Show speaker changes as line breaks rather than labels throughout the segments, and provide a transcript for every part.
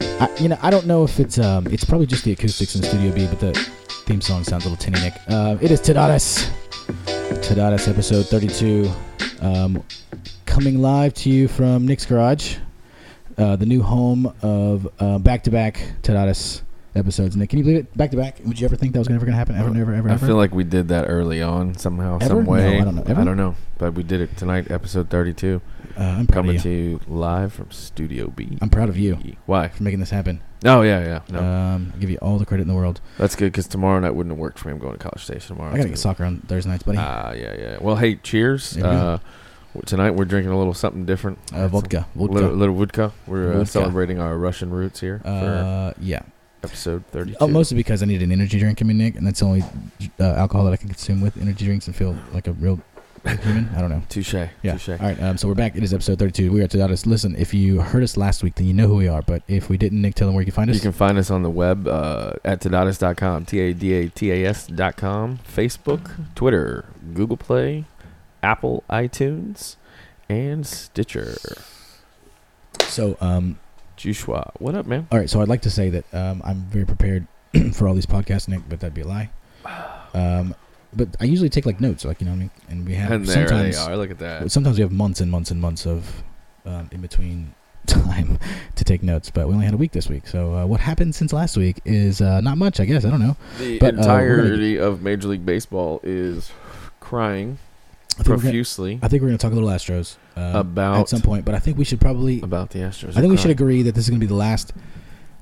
I, you know, I don't know if it's um, it's probably just the acoustics in Studio B, but the theme song sounds a little tinny, Nick. Uh, it is Tadadas, Tadadas episode 32, um, coming live to you from Nick's garage, uh, the new home of uh, back-to-back Tadadas episodes. Nick, can you believe it? Back-to-back? Would you ever think that was ever going to happen? Ever, never, ever,
I
ever.
feel like we did that early on somehow,
Ever?
some
No,
way.
I don't know. Ever?
I don't know, but we did it tonight, episode 32,
uh, I'm proud
coming
of
to
you.
you live from Studio B.
I'm proud of you
Why?
for making this happen.
Oh yeah, yeah. No,
Um, I give you all the credit in the world.
that's good because tomorrow night wouldn't have worked for me. I'm going to College Station tomorrow.
I gotta get
too.
soccer on Thursday nights, buddy.
Ah, yeah, yeah. Well, hey, cheers.
There we go.
Uh, w- tonight we're drinking a little something different.
uh, vodka, vodka.
Little, little Woodka. We're Uh,
Vodka.
celebrating our Russian roots here for
uh, yeah.
episode 32.
Oh, mostly because I need an energy drink in me, Nick, and that's the only uh, alcohol that I can consume with energy drinks and feel like a real human. I don't know.
Touche.
Yeah.
Touche.
All right, um, so we're back. It is episode 32. We are Tadadas. Listen, if you heard us last week, then you know who we are. But if we didn't, Nick, tell them where you can find us.
You can find us on the web uh, at tadatas.com, T A D A T A S.com, Facebook, Twitter, Google Play, Apple, iTunes, and Stitcher.
so, um,
Jushua. What up, man?
all right, so I'd like to say that um, I'm very prepared for all these podcasts, Nick, but that'd be a lie. Um, but I usually take like notes, like you know what I mean. And we have
and there
sometimes
they are. Look at
Well,
that.
sometimes we have months and months and months of um, in between time to take notes, but we only had a week this week. So uh, what happened since last week is uh, not much, I guess. I don't know.
The
but, uh, we're gonna-
entirety of Major League Baseball is crying
I think, we're gonna,
profusely
I think we're going to talk a little Astros uh,
About-
at some point, but I think we should probably.
about the Astros.
I think we should
crying.
agree that this is going to be the last.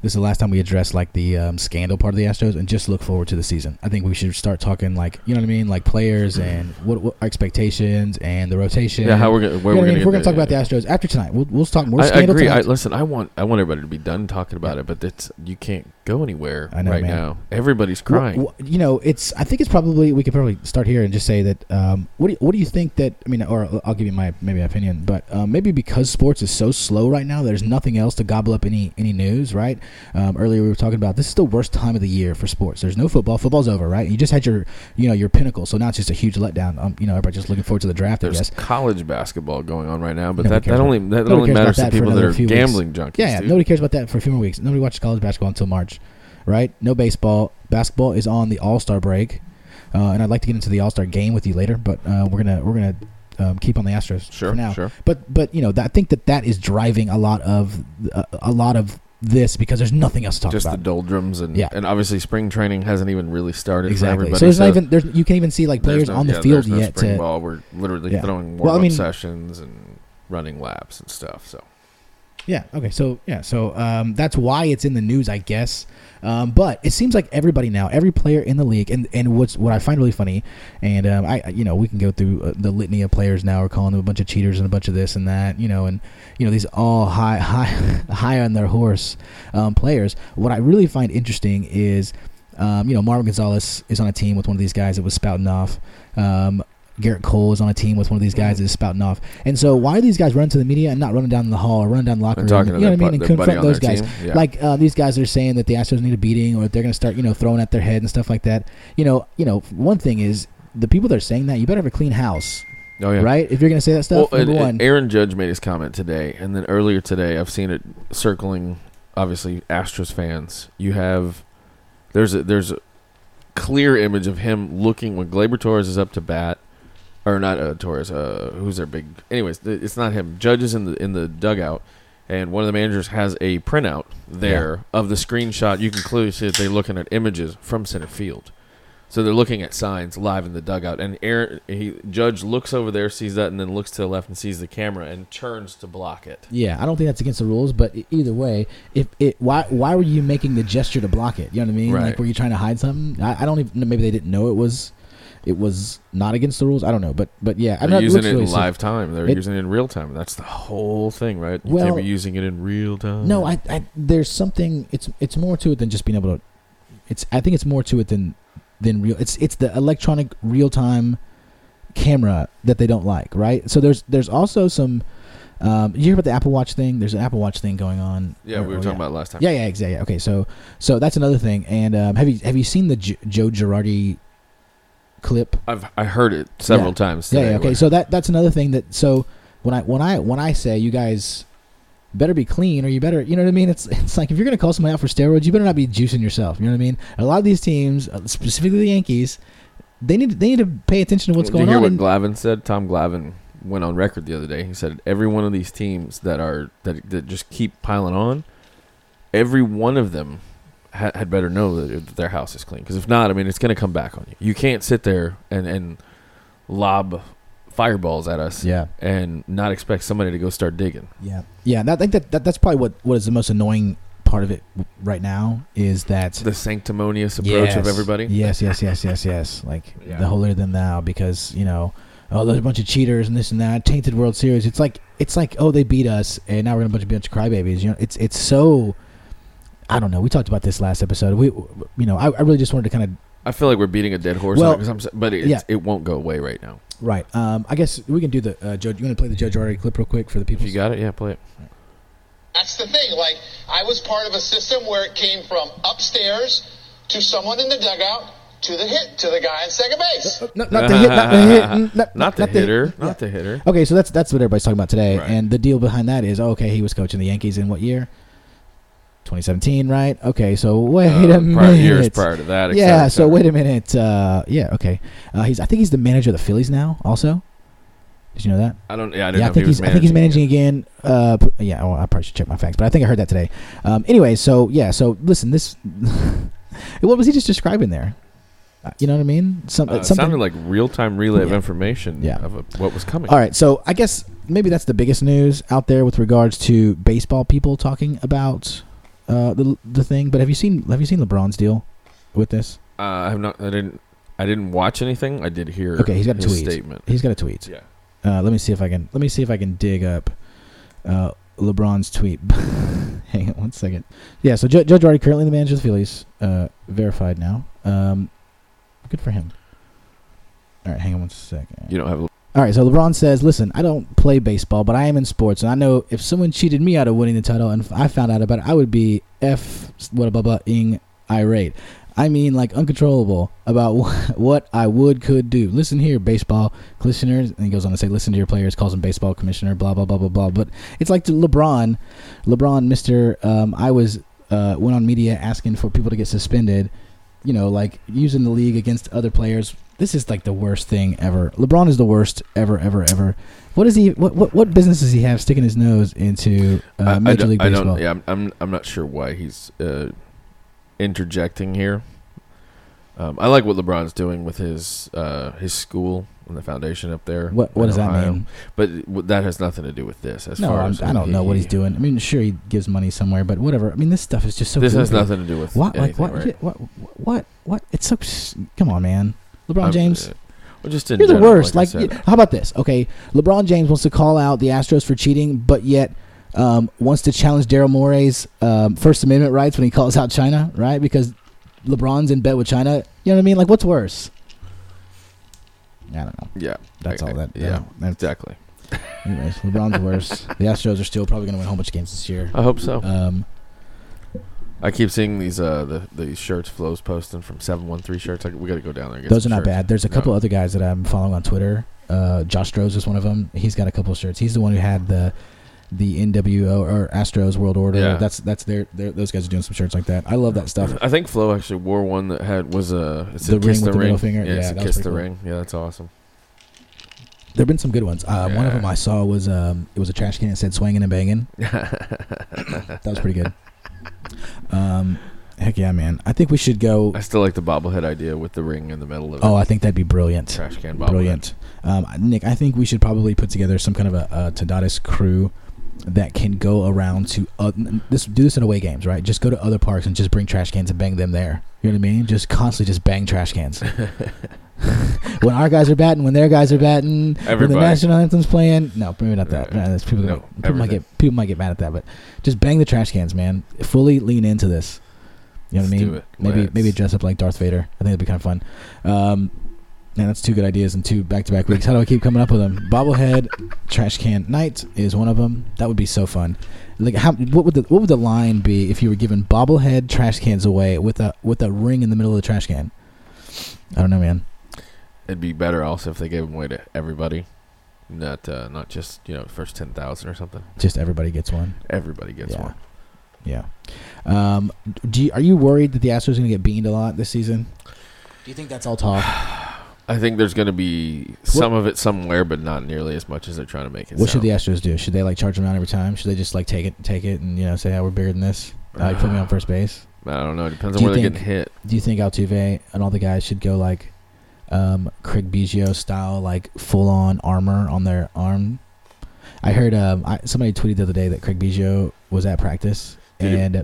This is the last time we address like the um, scandal part of the Astros, and just look forward to the season. I think we should start talking like you know what I mean, like players and what, what our expectations and the rotation.
Yeah, how we're gonna
You know what I
where we're gonna
mean?
get
If we're gonna
the-
talk about the Astros after tonight. We'll, we'll talk more
I, I
scandal
agree. I,
tonight.
listen, I want I want everybody to be done talking about it, but that's you can't go anywhere
I know,
right
man.
now. Everybody's crying.
Wh- wh- you know, it's. I think it's probably we could probably start here and just say that. Um, what do you, What do you think that? I mean, or I'll give you my maybe opinion, but um, maybe because sports is so slow right now, there's nothing else to gobble up any any news, right? Um, earlier we were talking about this is the worst time of the year for sports. There's no football. Football's over, right? You just had your you know your pinnacle, so now it's just a huge letdown. Um, you know, everybody's just looking forward to the draft. I guess.
There's college basketball going on right now, but
Nobody
that,
cares
that only that
nobody
only
cares about
matters
that
to
for
people that
another
are
few weeks.
gambling junkies.
Yeah, yeah.
dude.
Nobody cares about that for a few more weeks. Nobody watches college basketball until March, right? No baseball. Basketball is on the All Star break, uh, and I'd like to get into the All Star game with you later, but uh, we're gonna we're gonna um, keep on the Astros
Sure,
for now.
sure.
But but you know that, I think that that is driving a lot of uh, a lot of this because there's nothing else to talk
Just the
about.
doldrums and
Yeah.
and obviously spring training hasn't even really started. for
exactly.
everybody,
So there's not even there's you can't even see like
there's
players
no-
on the
yeah,
field
there's no
yet
Spring
to
ball, we're literally
Yeah.
throwing warm
Well, I
up
mean-
sessions and running laps and stuff. So
Yeah. Okay. So yeah. So um, that's why it's in the news, I guess. Um, but it seems like everybody now, every player in the league, and, and what's what I find really funny, and um, I I- you know we can go through uh, the litany of players now are calling them a bunch of cheaters and a bunch of this and that, you know, and you know these all high high high on their horse um, players. What I really find interesting is. Um, you know, Marvin Gonzalez is on a team with one of these guys that was spouting off. Um, Garrett Cole is on a team with one of these guys that is spouting off. And so, why are these guys running to the media and not running down the hall or running down the locker
and
room?
talking to
you know
their,
what I mean?
bu-
And
their buddy
confront
on
those
their
guys.
team. Yeah.
Like uh, these guys are saying that the Astros need a beating, or they're going to start, you know, throwing at their head and stuff like that. You know, you know, one thing is the people that are saying that you better have a clean house,
oh yeah,
right? If you're going to say that stuff,
Well, and-
number one,
and Aaron Judge made his comment today, and then earlier today, I've seen it circling. Obviously, Astros fans, you have there's a there's a clear image of him looking when Glaber Torres is up to bat, or not uh, Torres, uh, who's their big. Anyways, th- it's not him. Judge is in the in the dugout, and one of the managers has a printout there of the screenshot. You can clearly see that they're looking at images from center field. So they're looking at signs live in the dugout, and Aaron he, Judge looks over there, sees that, and then looks to the left and sees the camera and turns to block it.
Yeah, I don't think that's against the rules, but e- either way, if it why why were you making the gesture to block it? You know what I mean?
Right.
Like were you trying to hide something? I, I don't even maybe they didn't know it was it was not against the rules. I don't know, but but yeah, I'm
They're
not
using
looks
it in
really sick.
live time. They're
It-
using it in real time. That's the whole thing, right? they
Well-
were using it in real time.
No, I, I there's something it's it's more to it than just being able to it's I think it's more to it than than real it's it's the electronic real time camera that they don't like, right? So there's there's also some um, you hear about the Apple Watch thing? There's an Apple Watch thing going on.
yeah, we were
Oh,
talking about it last time.
Yeah, yeah, exactly. Yeah. Okay, so so that's another thing. And um, have you have you seen the J- Joe Girardi clip?
I've I heard it several
Yeah.
times.
Yeah,
Today
yeah. Okay,
where-
so that that's another thing that so when I when I when I say you guys better be clean or you better you know what i mean it's it's like if you're going to call somebody out for steroids you better not be juicing yourself you know what i mean a lot of these teams uh, specifically the yankees they need they need to pay attention to what's
Did
going
you hear
on
what
and-
Glavin said? Tom Glavin went on record the other day. He said every one of these teams that are that that just keep piling on, every one of them ha- had better know that that their house is clean. Because if not, I mean, it's going to come back on you. You can't sit there and and lob fireballs at us
yeah
and not expect somebody to go start digging.
yeah yeah and i think that, that that's probably what what is the most annoying part of it w- right now is that
The sanctimonious approach
Yes.
of everybody.
Yes, yes, yes, yes, yes. Like
Yeah.
the holier than thou, because you know, oh, there's a bunch of cheaters and this and that, tainted World Series. It's like it's like oh, they beat us, and now we're gonna bunch of bunch of crybabies. You know, it's it's so. I don't know. We talked about this last episode. We, you know, I, I really just wanted to kind of
I feel like we're beating a dead horse.
Well,
on it 'cause I'm, s- but it's,
yeah.
it won't go away right now.
right. Um, I guess we can do the uh, Joe. You want to play the Joe Girardi clip real quick for the people?
If you got it, yeah, play it.
That's the thing. Like, I was part of a system where it came from upstairs to someone in the dugout to the hit, to the guy in second base.
no, not the hit, not the hit, mm, not,
Not the
not the hit.
hitter, not the hitter.
Okay, so that's that's what everybody's talking about today,
Right.
and the deal behind that is okay, he was coaching the Yankees in what year? 2017, right? Okay, so wait
Uh,
a minute.
prior, years prior to that. et cetera,
yeah,
et
so
cetera.
wait a minute. Uh, yeah, okay. Uh, he's I think he's the manager of the Phillies now. Also, did you know that?
I don't. Yeah, I didn't
Yeah, I
know if he
think
was
he's I think he's managing
managing.
again. Uh, p- yeah, well, I probably should check my facts, but I think I heard that today. Um, anyway, so yeah, so listen, this what was he just describing there? Uh, You know what I mean? Some,
Uh, it
something
sounded like real time relay of
Yeah.
information
Yeah.
of a, what was coming.
All right, so I guess maybe that's the biggest news out there with regards to baseball people talking about uh, the the thing. But have you seen have you seen LeBron's deal with this?
Uh, I have not. I didn't. I didn't watch anything. I did hear.
Okay, he's got a
his
tweet.
statement.
He's got a tweet.
Yeah.
Uh, let me see if I can let me see if I can dig up uh, LeBron's tweet. Hang on one second. Yeah, so Judge Judge Girardi currently the manager of the Phillies, uh, verified now. Um, good for him. All right, hang on one second.
You don't have. a-
All right, so LeBron says, "Listen, I don't play baseball, but I am in sports, and I know if someone cheated me out of winning the title and f- I found out about it, I would be f what blah blah ing irate. I mean, like uncontrollable about wh- what I would could do. Listen here, baseball commissioners, and he goes on to say, listen to your players, calls him baseball commissioner, blah blah blah blah blah. But it's like to LeBron, LeBron, Mister, um, I was uh, went on media asking for people to get suspended, you know, like using the league against other players this is like the worst thing ever. LeBron is the worst ever, ever, ever. What is he? What what, what business does he have sticking his nose into uh,
I- I
Major
don't-
League
I
Baseball?
don't. Yeah, I'm. I'm, I'm not sure why he's uh, interjecting here. Um, I like what LeBron's doing with his uh, his school and the foundation up there.
What what
in
does that
Ohio.
mean?
But w- that has nothing to do with this. As
No,
far
I'm,
as
I don't know what
he-
he's doing. I mean, sure he gives money somewhere, but whatever. I mean, this stuff is just so.
This has
goofy.
nothing to do with
What like
anything,
what,
right?
yeah, what what what what? It's so. s- Come on, man. LeBron
I'm-
James,
uh, Well, just in
you're the
general,
worst.
I
Like,
said.
y- how about this? Okay, LeBron James wants to call out the Astros for cheating, but yet um, wants to challenge Daryl Morey's um, First Amendment rights when he calls out China, right? Because LeBron's in bed with China. You know what I mean? Like, what's worse? I don't know.
yeah,
That's all that.
Yeah,
that's-
exactly.
Anyways, LeBron's worse. The Astros are still probably going to win a whole bunch of games this year.
I hope so.
Um,
I keep seeing these uh the these shirts flows posting from seven one three shirts. Like, we got to go down there. And get
those are
some
not
shirts.
bad. There's a
No.
couple other guys that I'm following on Twitter. Uh, Josh Strohs is one of them. He's got a couple of shirts. He's the one who had the the NWO or Astros World Order.
Yeah.
That's that's their, their those guys are doing some shirts like that. I love that stuff.
I think Flo actually wore one that had was a it's
The
a
ring
kiss
with
the
the
ring.
middle finger?
Yeah, it's
Yeah,
a
that was
kiss the
pretty
ring. Yeah, that's awesome.
There've been some good ones. Um, One of
Yeah.
them I saw was um, it was a trash can that said "swinging and banging." that was pretty good. Um, heck yeah, man! I think we should go.
I still like the bobblehead idea with the ring in the middle of it.
Oh, I think that'd be brilliant.
trash can bobblehead.
Brilliant. Um, Nick, I think we should probably put together some kind of a, a Tadatis crew that can go around to uh, this do this in away games, right? Just go to other parks and just bring trash cans and bang them there. You know what I mean? Just constantly just bang trash cans. when our guys are batting, when their guys are batting, when the
Everybody.
national anthem's playing. No, maybe not that.
Yeah.
No, that's people,
No,
people might
everything.
get people might get mad at that, but just bang the trash cans, man. Fully lean into this. You know what I
Let's
mean?
do it.
Maybe
Let's-
maybe dress up like Darth Vader. I think that'd be kind of fun. Um, man, that's two good ideas in two back to back weeks. How do I keep coming up with them? Bobblehead, trash can night is one of them. That would be so fun. Like, how what would the what would the line be if you were giving bobblehead trash cans away with a with a ring in the middle of the trash can? I don't know, man.
It'd be better also if they gave them away to everybody. not uh, not just you know first ten thousand or something.
Just everybody gets one.
Everybody gets
Yeah.
one.
Yeah. Um, do you, are you worried that the Astros are going to get beaned a lot this season? Do you think that's all talk?
I think there's going to be some of it somewhere, but not nearly as much as they're trying to make it.
What should
sound.
the Astros do? Should they like charge them out every time? Should they just like take it, take it, and you know say, "Yeah, we're bigger than this"? Like put me on first base.
I don't know. It depends
Do you
on where they're
think-
getting hit.
Do you think Altuve and all the guys should go like um, Craig Biggio style, like full on armor on their arm? I heard um, I, somebody tweeted the other day that Craig Biggio was at practice
Dude.
and uh,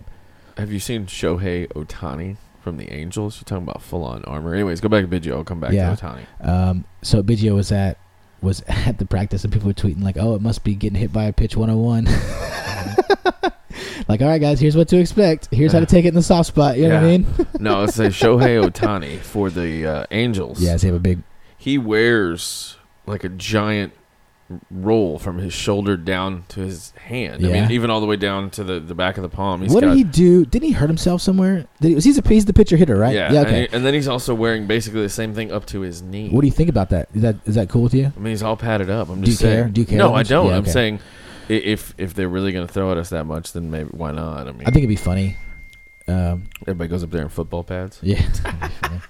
Have you seen Shohei Otani from the Angels? You're talking about full on armor. Anyways, go back to Biggio. I'll come back
Yeah.
to Otani.
Um, so Biggio was at was at the practice, and people were tweeting like, "Oh, it must be getting hit by a pitch 101." like, all right, guys, here's what to expect. Here's how to take it in the soft spot. You know what I
Yeah.
mean?
No, let's say Shohei Otani for the uh, Angels.
yes, they have a big.
He wears like a giant roll from his shoulder down to his hand. I
Yeah.
mean, even all the way down to the, the back of the palm. He's
what
got,
did he do? Didn't he hurt himself somewhere? Did he, was he's a he's the pitcher hitter, right?
Yeah.
okay.
And, and then he's also wearing basically the same thing up to his knee.
what do you think about that? Is that is that cool with you?
I mean, he's all padded up. I'm
Do
just
you care?
saying.
Do you care that
No, I
much?
don't.
Yeah,
I'm
okay.
saying i- if if they're really going to throw at us that much, then maybe why not? I mean,
I think it'd be funny. Um,
everybody goes up there in football pads.
yeah. it'd be funny.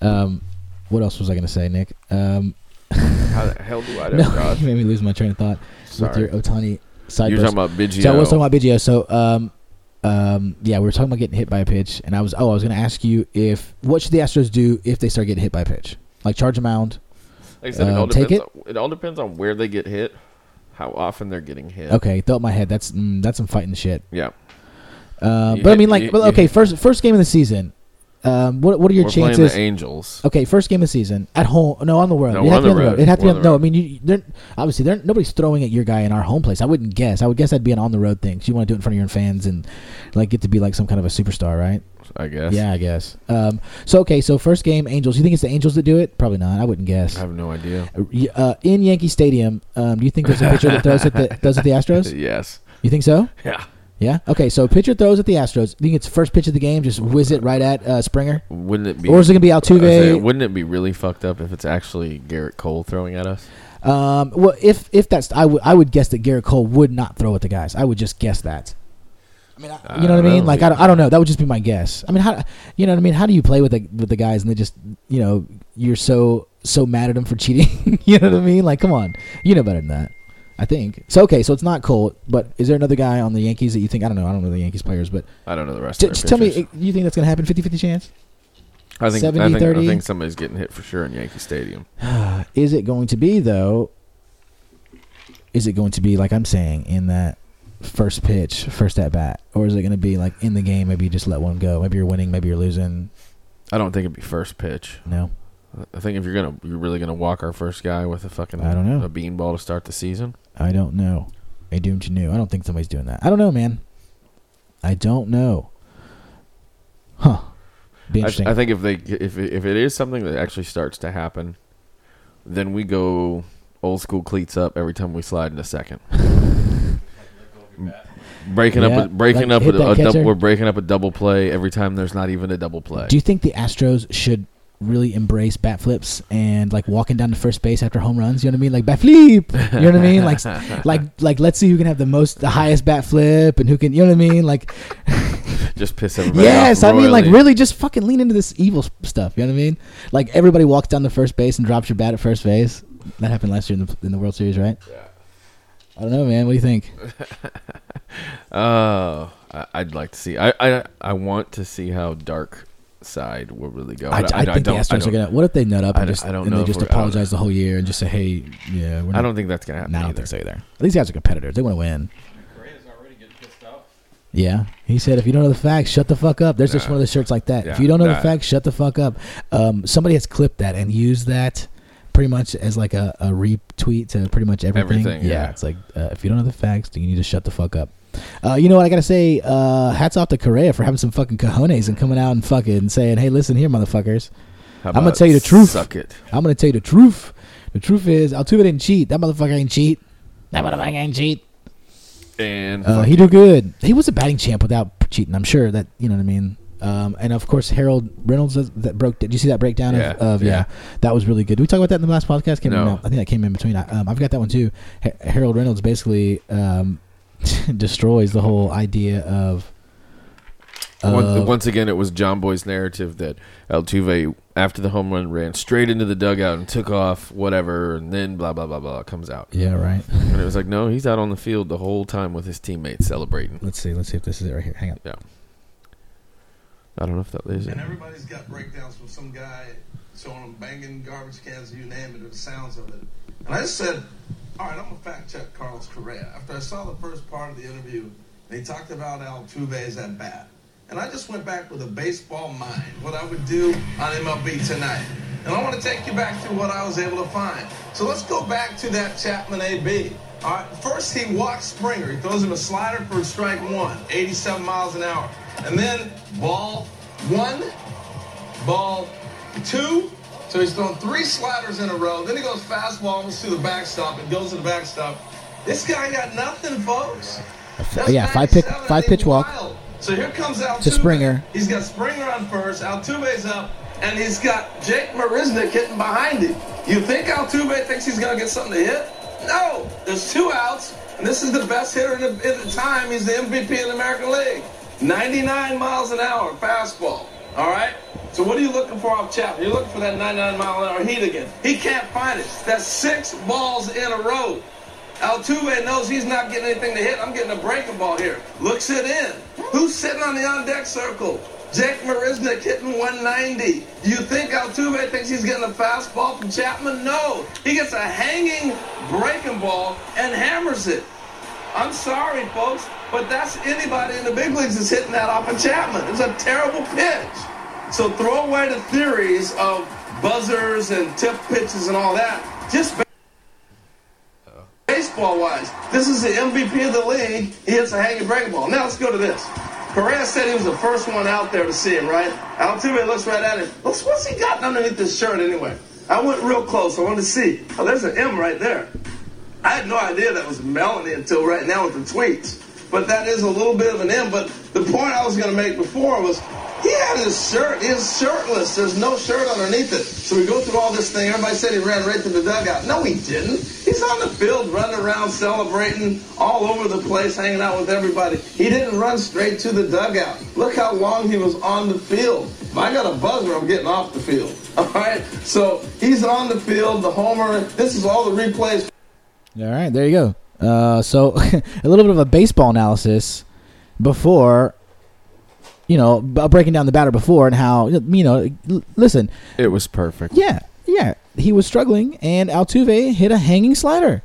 um, what else was I gonna say, Nick? Um,
How the hell do I know?
no,
God,
you made me lose my train of thought
Sorry.
with your Otani side.
You're
burst.
talking about uh, Biggio.
So I was talking about Biggio. So um, um, yeah, we were talking about getting hit by a pitch, and I was oh, I was going to ask you if what should the Astros do if they start getting hit by a pitch, like charge a mound.
like I said, it,
um,
all
take
depends On, it all depends on where they get hit, how often they're getting hit.
Okay, throw up my head. That's mm, that's some fighting shit.
Yeah.
Uh,
You
but I
hit-
mean, like,
you-
well,
you
okay,
hit-
first first game of the season. Um, what what are your
We're playing
chances?
the Angels.
Okay, first game of the season at home. No, on the road.
No,
It'd
we're
have to be
on the
on the
road.
road. It'd have to be
We're
on,
on the
no. I
road.
mean, you, they're, obviously, they're, nobody's throwing at your guy in our home place. I wouldn't guess. I would guess that'd be an on the road thing. So you want to do it in front of your fans and like get to be like some kind of a superstar, right?
I guess.
Yeah, I guess. Um, so okay, so first game, Angels. You think it's the Angels that do it? Probably not. I wouldn't guess.
I have no idea.
Uh, y- Uh, in Yankee Stadium, um, do you think there's a pitcher that throws at the throws at the Astros?
Yes.
You think so?
Yeah.
Yeah. Okay, so pitcher throws at the Astros. You think it's first pitch of the game? Just whiz it right at uh, Springer,
Wouldn't it be?
or is it gonna be
I was saying,
Altuve?
wouldn't it be really fucked up if it's actually Garrett Cole throwing at us?
Um, well, if if that's I would I would guess that Garrett Cole would not throw at the guys. I would just guess that. I mean, I, you know
I
what I mean?
don't
Like
know.
I don't, I don't know. That would just be my guess. I mean, how you know what I mean? How do you play with the with the guys and they just you know you're so so mad at them for cheating? you know what I mean? Like come on, you know better than that. I think so. Okay, so it's not Cole, but is there another guy on the Yankees that you think? I don't know. I don't know the Yankees players, but
I don't know the rest
j-
of
just
their
tell me,
pitchers.
eh, you think that's gonna happen? 50-50 chance?
I think,
70,
I, think,
30?
I think somebody's getting hit for sure in Yankee Stadium.
Is it going to be though? Is it going to be like I'm saying in that first pitch, first at bat, or is it going to be like in the game? Maybe you just let one go. Maybe you're winning. Maybe you're losing.
I don't think it'd be first pitch.
No.
I think if you're gonna, you're really gonna walk our first guy with a fucking,
I don't know.
a beanball to start the season.
I don't know. I doomed you knew. I don't think somebody's doing that. I don't know, man. I don't know. Huh. Be
I,
interesting.
I think if they, if it- if it is something that actually starts to happen, then we go old school cleats up every time we slide into second. breaking
Yeah,
up, a, breaking
like,
up,
hit
a,
that
a
catcher.
double, we're breaking up a double play every time. There's not even a double play.
Do you think the Astros should really embrace bat flips and like walking down to first base after home runs? You know what I mean? Like bat flip. You know what I mean? Like, like, like. Let's see who can have the most, the highest bat flip, and who can. You know what I mean? Like,
Just piss everybody off.
yes. I mean, like,
royally.
really, just fucking lean into this evil s- stuff. You know what I mean? Like, everybody walks down to first base and drops your bat at first base. That happened last year in the, in the World Series, right? Yeah. I don't know, man. What do you think?
Oh, I, I'd like to see. I, I I want to see how dark side will really go.
I, I, think the Astros are gonna. What if they nut up
I
and
don't-
just
I don't
and
know
they
if
just
we're- I don't
apologize the whole year and just say, hey, yeah, we're not.
I don't think that's gonna happen.
Nah, I don't
either.
think so either. These guys are competitors. They want to win. Yeah, he said, if you don't know the facts, shut the fuck up. There's just
Nah.
one of the shirts like that. if
Yeah,
you don't know the
nah.
facts, shut the fuck up. Um, somebody has clipped that and used that pretty much as like a, a retweet to pretty much everything.
Everything, yeah.
it's like uh, if you don't know the facts, then you need to shut the fuck up. Uh, you know what I gotta say? Uh, hats off to Correa for having some fucking cojones and coming out and fucking saying, "Hey, listen here, motherfuckers."
How
I'm gonna
about
tell you the truth.
Suck it.
I'm gonna tell you the truth. The truth is, Altuve didn't cheat. That motherfucker ain't cheat. That motherfucker ain't cheat.
And
Uh,
fuck
he
it.
do good. He was a batting champ without cheating. I'm sure that you know what I mean. Um, and of course, Harold Reynolds does- that broke. Did you see that breakdown
Yeah,
of, of yeah.
yeah.
That was really good. Did we talk about that in the last podcast? Came
No.
I think that came in between. I, um, I've got that one too. Ha- Harold Reynolds basically um, destroys the whole idea of.
Once,
of-
once again, it was John Boy's narrative that Altuve, after the home run, ran straight into the dugout and took off, whatever, and then blah blah blah blah comes out,
yeah, right.
and it was like, no, he's out on the field the whole time with his teammates celebrating.
Let's see. Let's see if this is it right here. Hang on.
I don't know if that is it.
And everybody's got breakdowns from some guy showing them banging garbage cans, you name it, or the sounds of it. And I just said, all right, I'm going to fact check Carlos Correa. After I saw the first part of the interview, they talked about Altuve's at bat. And I just went back with a baseball mind, what I would do on MLB tonight. And I want to take you back to what I was able to find. So let's go back to that Chapman AB. All right, first he walks Springer. He throws him a slider for strike one, 87 miles an hour. And then ball one, ball two. So he's thrown three sliders in a row. Then he goes fastball almost to the backstop and goes to the backstop. This guy got nothing, folks. That's
Yeah, five pick-
97.
five pitch walk.
Wild. So here comes Altuve.
Springer.
He's got Springer on first. Altuve's up, and he's got Jake Marisnik hitting behind him. You think Altuve thinks he's gonna get something to hit? No. There's two outs, and this is the best hitter in the, in the time. He's the MVP in the American League. 99 miles an hour fastball. All right. So what are you looking for off Chapman? You're looking for that 99 mile an hour heat again. He can't find it. That's six balls in a row. Altuve knows he's not getting anything to hit. I'm getting a breaking ball here. Looks it in. Who's sitting on the on deck circle? Jake Marisnik hitting 190. You think Altuve thinks he's getting a fastball from Chapman? No. He gets a hanging breaking ball and hammers it. I'm sorry, folks, but that's anybody in the big leagues is hitting that off of Chapman. It's a terrible pitch. So throw away the theories of buzzers and tip pitches and all that. Just baseball wise, this is the MVP of the league. He hits a hanging breaking ball. Now let's go to this. Correa said he was the first one out there to see him, right? Altuve looks right at him. Looks, what's he got underneath his shirt anyway? I went real close. I wanted to see. Oh, there's an M right there. I had no idea that was Melanie until right now with the tweets. But that is a little bit of an M. But the point I was going to make before was he had his shirt. He is shirtless. There's no shirt underneath it. So we go through all this thing. Everybody said he ran right to the dugout. No, he didn't. He's on the field running around celebrating all over the place, hanging out with everybody. He didn't run straight to the dugout. Look how long he was on the field. If I got a buzzer, I'm getting off the field. All right? So he's on the field, the homer. This is all the replays
All right, there you go. Uh, so a little bit of a baseball analysis before, you know, b- breaking down the batter before and how you know. l- Listen,
It was perfect.
yeah, yeah, he was struggling, and Altuve hit a hanging slider.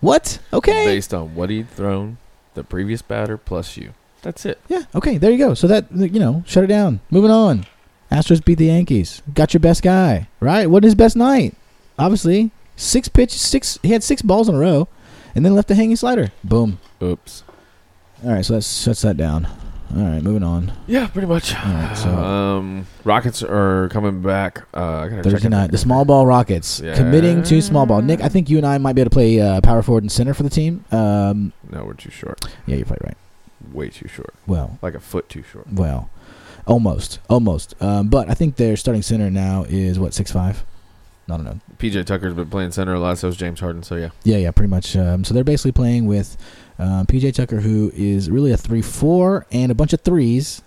What? Okay.
Based on what he'd thrown, the previous batter plus you. That's it.
Yeah. Okay. There you go. So that you know, shut it down. Moving on. Astros beat the Yankees. Got your best guy, right? What is his best night? Obviously, six pitches, six. He had six balls in a row, and then left a hanging slider. Boom.
Oops.
All right. So that shuts that down. All right. Moving on.
Yeah, pretty much.
right, so-
um, Rockets are coming back. Uh, I gotta check
Thursday
out
night, the small ball Rockets
Yeah.
committing to small ball. Nick, I think you and I might be able to play uh, power forward and center for the team. Um,
No, we're too short.
yeah, you're probably right.
Way too short.
Well,
Like a foot too short.
well, almost, almost. Um, but I think their starting center now is what six five. No, no, no.
PJ Tucker's been playing center a lot. So is James Harden. So yeah,
Yeah, yeah, pretty much. Um, so they're basically playing with um, PJ Tucker, who is really a three-four and a bunch of threes,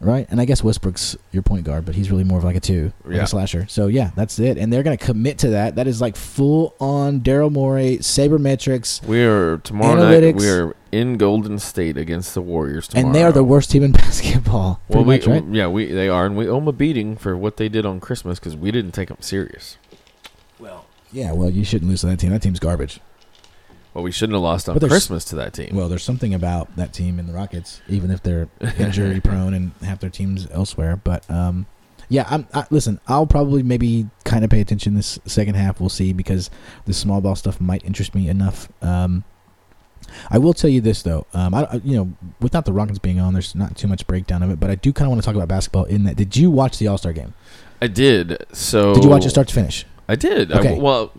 right? And I guess Westbrook's your point guard, but he's really more of like a two, like
Yeah.
a slasher. So yeah, that's it. And they're gonna commit to that. That is like full-on Daryl Morey sabermetrics,
we are tomorrow night.
Analytics.
We are in Golden State against the Warriors tomorrow.
and they are the worst team in basketball. pretty
well, we,
much, right?
yeah, we they are, and we owe 'em a beating for what they did on Christmas because we didn't take them serious.
Yeah, well, you shouldn't lose to that team. That team's garbage.
Well, we shouldn't have lost on
But there's-
Christmas to that team.
Well, there's something about that team in the Rockets, even if they're injury prone and half their teams elsewhere. But um, yeah, I'm I, listen. I'll probably maybe kind of pay attention this second half. We'll see because the small ball stuff might interest me enough. Um, I will tell you this though. Um, I I- you know without the Rockets being on, there's not too much breakdown of it. But I do kind of want to talk about basketball. In that, did you watch the All Star game?
I did. So Oh.
Did you watch it start to finish?
I did. I
Okay.
w well,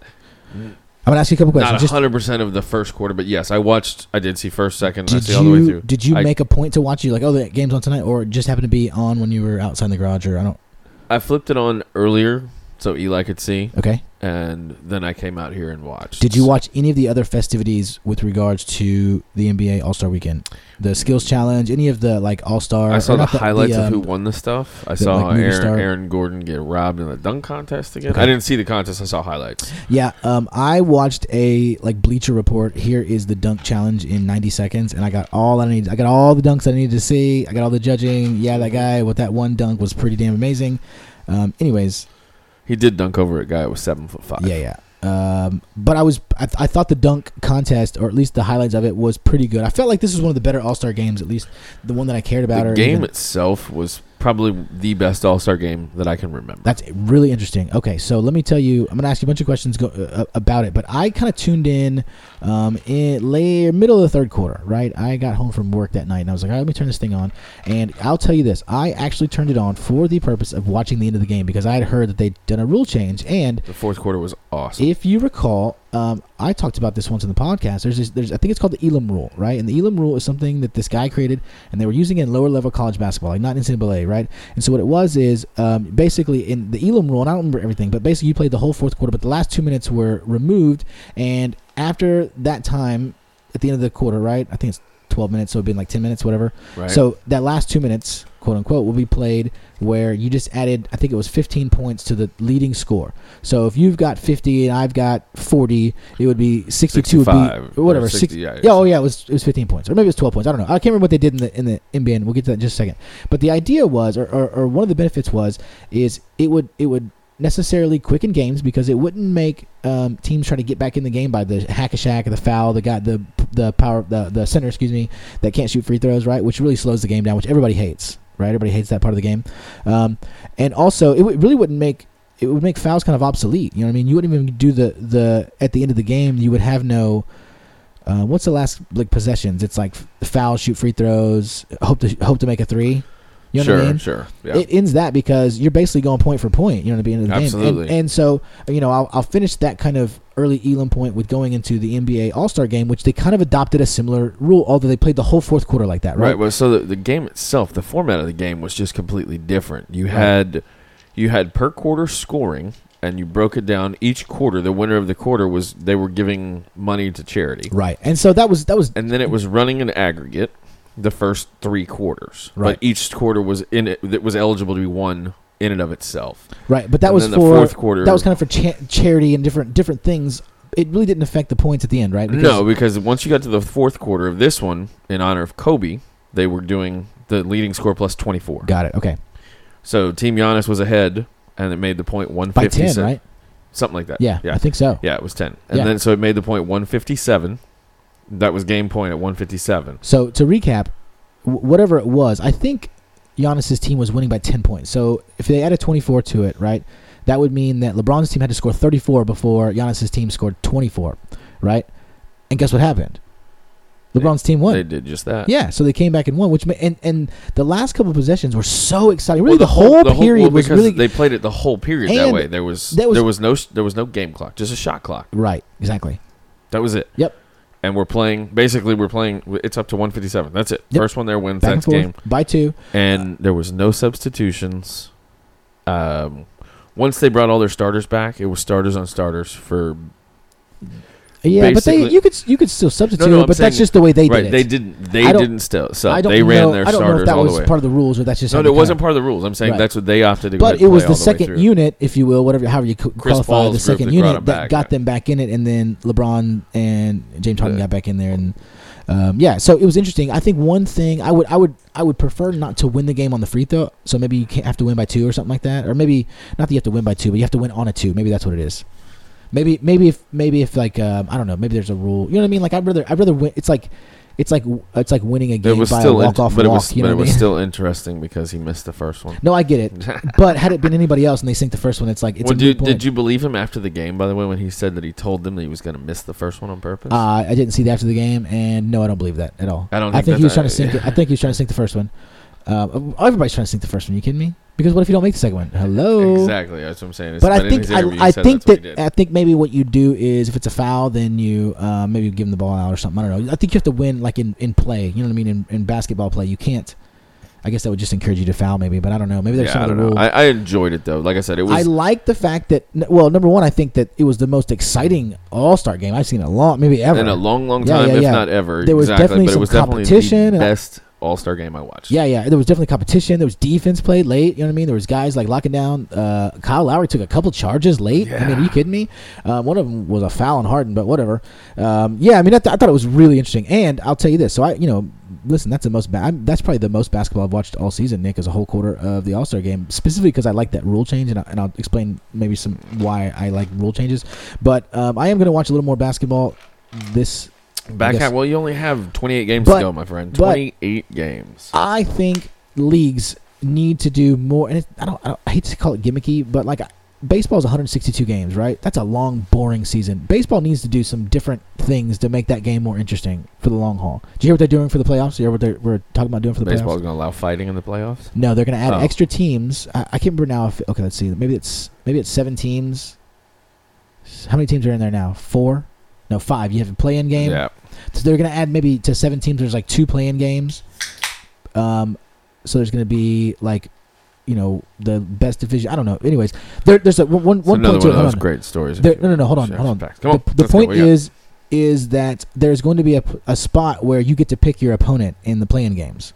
I'm gonna ask you a couple
Not
questions. Just,
hundred percent of the first quarter, but yes, I watched. I did see first, second. I
did
see all the way
you
through.
did you
I,
make a point to watch? You like, oh, the game's on tonight, or it just happened to be on when you were outside in the garage, or I don't.
I flipped it on earlier so Eli could see,
Okay.
and then I came out here and watched.
Did you watch any of the other festivities with regards to the NBA All Star Weekend, the Skills Challenge, any of the like All Star?
I saw the highlights
um,
of who won the stuff. I saw
like, movie
Aaron,
star-
Aaron Gordon get robbed in the dunk contest again.
Okay.
I didn't see the contest. I saw highlights.
Yeah, um, I watched a like Bleacher Report. Here is the dunk challenge in 90 seconds, and I got all I needed. I got all the dunks that I needed to see. I got all the judging. Yeah, that guy with that one dunk was pretty damn amazing. Um, anyways,
He did dunk over a guy that was seven foot five.
yeah, yeah. Um, but I was I, I thought the dunk contest, or at least the highlights of it, was pretty good. I felt like this was one of the better All Star games, at least the one that I cared about.
The
or
game
even-
itself was probably the best All Star game that I can remember.
That's really interesting. Okay, so let me tell you, I'm gonna ask you a bunch of questions go, uh, about it, but I kind of tuned in, um, in later middle of the third quarter, right? I got home from work that night and I was like, all right, let me turn this thing on, and I'll tell you this, I actually turned it on for the purpose of watching the end of the game because I had heard that they'd done a rule change, and
the fourth quarter was awesome.
if you recall, um, I talked about this once in the podcast. There's this, there's I think it's called the Elam rule, right? And the Elam rule is something that this guy created, and they were using it in lower level college basketball, like not NCAA, right? And so what it was is um, basically in the Elam rule, and I don't remember everything, but basically you played the whole fourth quarter, but the last two minutes were removed, and after that time, at the end of the quarter, right? I think it's 12 minutes, so it'd been like 10 minutes, whatever.
Right.
So that last two minutes, quote unquote, will be played where you just added, I think it was 15 points to the leading score. So if you've got 50 and I've got 40, it would be 62 would be
65, or
whatever.
60,
six-
yeah,
yeah, oh yeah, it was it was 15 points, or maybe it was 12 points. I don't know. I can't remember what they did in the in the NBA. And we'll get to that in just a second. But the idea was, or, or, or one of the benefits was, is it would it would necessarily quicken games because it wouldn't make um, teams try to get back in the game by the hack a shack or the foul, the guy, the the power, the the center, excuse me, that can't shoot free throws, right? Which really slows the game down, which everybody hates, right? Everybody hates that part of the game, um, and also it w- really wouldn't make it would make fouls kind of obsolete. You know what I mean? You wouldn't even do the the at the end of the game, you would have no. Uh, what's the last like possessions? It's like f- foul, shoot free throws, hope to hope to make a three. You know
sure,
what I mean?
sure. Yeah.
it ends that because you're basically going point for point, you know, at the end of the game.
Absolutely.
And, and so, you know, I'll, I'll finish that kind of early Elam point with going into the NBA All Star game, which they kind of adopted a similar rule, although they played the whole fourth quarter like that,
Right.
right?
Well, so the, the game itself, the format of the game was just completely different. You had you had per quarter scoring, and you broke it down each quarter. The winner of the quarter was they were giving money to charity,
Right. And so that was that was
and then it was running an aggregate the first three quarters.
Right.
But each quarter was in it that was eligible to be won in and of itself.
right, but that
and
was
then
for
the fourth quarter-
That was kind of for cha- charity and different different things. It really didn't affect the points at the end, right?
no, because once you got to the fourth quarter of this one, in honor of Kobe, they were doing the leading score plus twenty four.
Got it. Okay.
So Team Giannis was ahead, and it made the point one
By
fifty
10, right?
something like that.
Yeah,
yeah,
I think so.
yeah. It was ten, and
Yeah.
then so it made the point one fifty seven. That was game point at one fifty seven.
So to recap, w- whatever it was, I think Giannis's team was winning by 10 points. So if they added 24 to it, right, that would mean that LeBron's team had to score 34 before Giannis's team scored 24, right? And guess what happened? LeBron's team won.
They did just that.
yeah, so they came back and won, which ma- and and the last couple of possessions were so exciting. Really, the, whole, period
well,
was
because
really
they played it the whole period that
And
way. There was,
that was-
there was no s- there was no game clock, just a shot clock.
right. Exactly.
That was it.
Yep.
And we're playing basically we're playing it's up to 157. That's it.
Yep.
First one there wins
Back and
next
forth
game.
by two.
And there was no substitutions. Um once they brought all their starters back, it was starters on starters for
Yeah, but they
Basically-
you could s- you could still substitute,
no, I'm
but that's
saying-
just the way they
right,
did it.
they didn't they
I don't-
didn't still so
I don't
they ran
know-
their
I don't know
starters
if that
all
was
the way.
part of the rules or that's just how
No,
they
no, it
cut
wasn't part of the rules. I'm saying
Right.
that's what they opted to go.
But
ahead
it
and
was
play
the
all way
second
through.
unit, if you will, whatever, however you co- qualify
Paul's
the
group
second
that brought
unit
him
that
back,
got
yeah.
them back in it, and then LeBron and James Harden
Yeah.
got back in there, and um, yeah, so it was interesting. I think one thing I would, I would, I would prefer not to win the game on the free throw, so maybe you can't have to win by two or something like that, or maybe not that you have to win by two, but you have to win on a two. Maybe that's what it is. Maybe, maybe if, maybe if like, um, I don't know, maybe there's a rule. You know what I mean? Like I'd rather, I'd rather win. It's like, it's like, it's like winning a
It
game
was
by a
still, in-
walk off
but
walk.
it was,
you know
but it
what I
was
mean?
still interesting because he missed the first one.
No, I get it. But had it been anybody else and they sink the first one, it's like it's
Well,
a
dude,
moot
did
point.
you believe him after the game? By the way, when he said that he told them that he was going to miss the first one on purpose.
Uh, I didn't see that after the game, and no, I don't believe that at all.
I don't
I
think
think he was
that's-
trying to sink. it. I think he was trying to sink the first one. Um, everybody's trying to sneak the first one. You kidding me? Because what if you don't make the second one? Hello.
Exactly. That's what I'm saying. It's-
But I
in
think
his interview,
I,
he
I
said
think
that's what he
that
did.
I think maybe what you do is if it's a foul, then you uh, maybe give them the ball out or something. I don't know. I think you have to win like in, in play. You know what I mean? In, in basketball play, you can't. I guess that would just encourage you to foul, maybe. But I don't know. Maybe there's
yeah,
some
I
other
don't know.
rule.
I, I enjoyed it though. Like I said, it
I
was
like the fact that n- well, number one, I think that it was the most exciting All Star game I've seen in a long, maybe ever.
in a long, long
Yeah,
time,
yeah,
if
yeah.
not ever.
There was
exactly.
definitely
but it
some
was definitely
competition, uh,
the
and I-
best All Star game I watched.
Yeah, yeah. There was definitely competition. There was defense played late. You know what I mean? There was guys like locking down. Uh, Kyle Lowry took a couple charges late. I mean, are you kidding me? Uh, one of them was a foul on Harden, but whatever. Um, yeah, I mean, I, th- I thought it was really interesting. And I'll tell you this. So I, you know, listen, that's the most. Ba- I'm, that's probably the most basketball I've watched all season, Nick, as a whole quarter of the All Star game, specifically because I like that rule change, and, I, and I'll explain maybe some why I like rule changes. But um, I am going to watch a little more basketball this. I
Back
guess-
at well, you only have 28 games
But-
to go, my friend.
but-
28 games.
I think leagues need to do more. And it, I, don't, I don't, I hate to call it gimmicky, but like baseball's 162 games, right? That's a long, boring season. Baseball needs to do some different things to make that game more interesting for the long haul. Do you hear what they're doing for the playoffs? Do you hear what they're we're talking about doing for the
Baseball's
playoffs?
going to allow fighting in the playoffs.
No, they're going to add
Oh.
extra teams. I, I can't remember now. If okay, let's see. Maybe it's maybe it's seven teams. S- How many teams are in there now? Four? No, five. You have a play-in game.
Yeah,
So they're going to add maybe to seven teams. There's like two playing games. Um, so there's going to be like, you know, the best division. I don't know. Anyways, there, there's a one one
it's another
point
one
to it.
of
Hold
those
on.
great stories.
There- no, no, no. Hold on, hold on.
Facts. Come on.
The, the
let's go,
point
what you got?
is, is that there's going to be a, p- a spot where you get to pick your opponent in the playing games,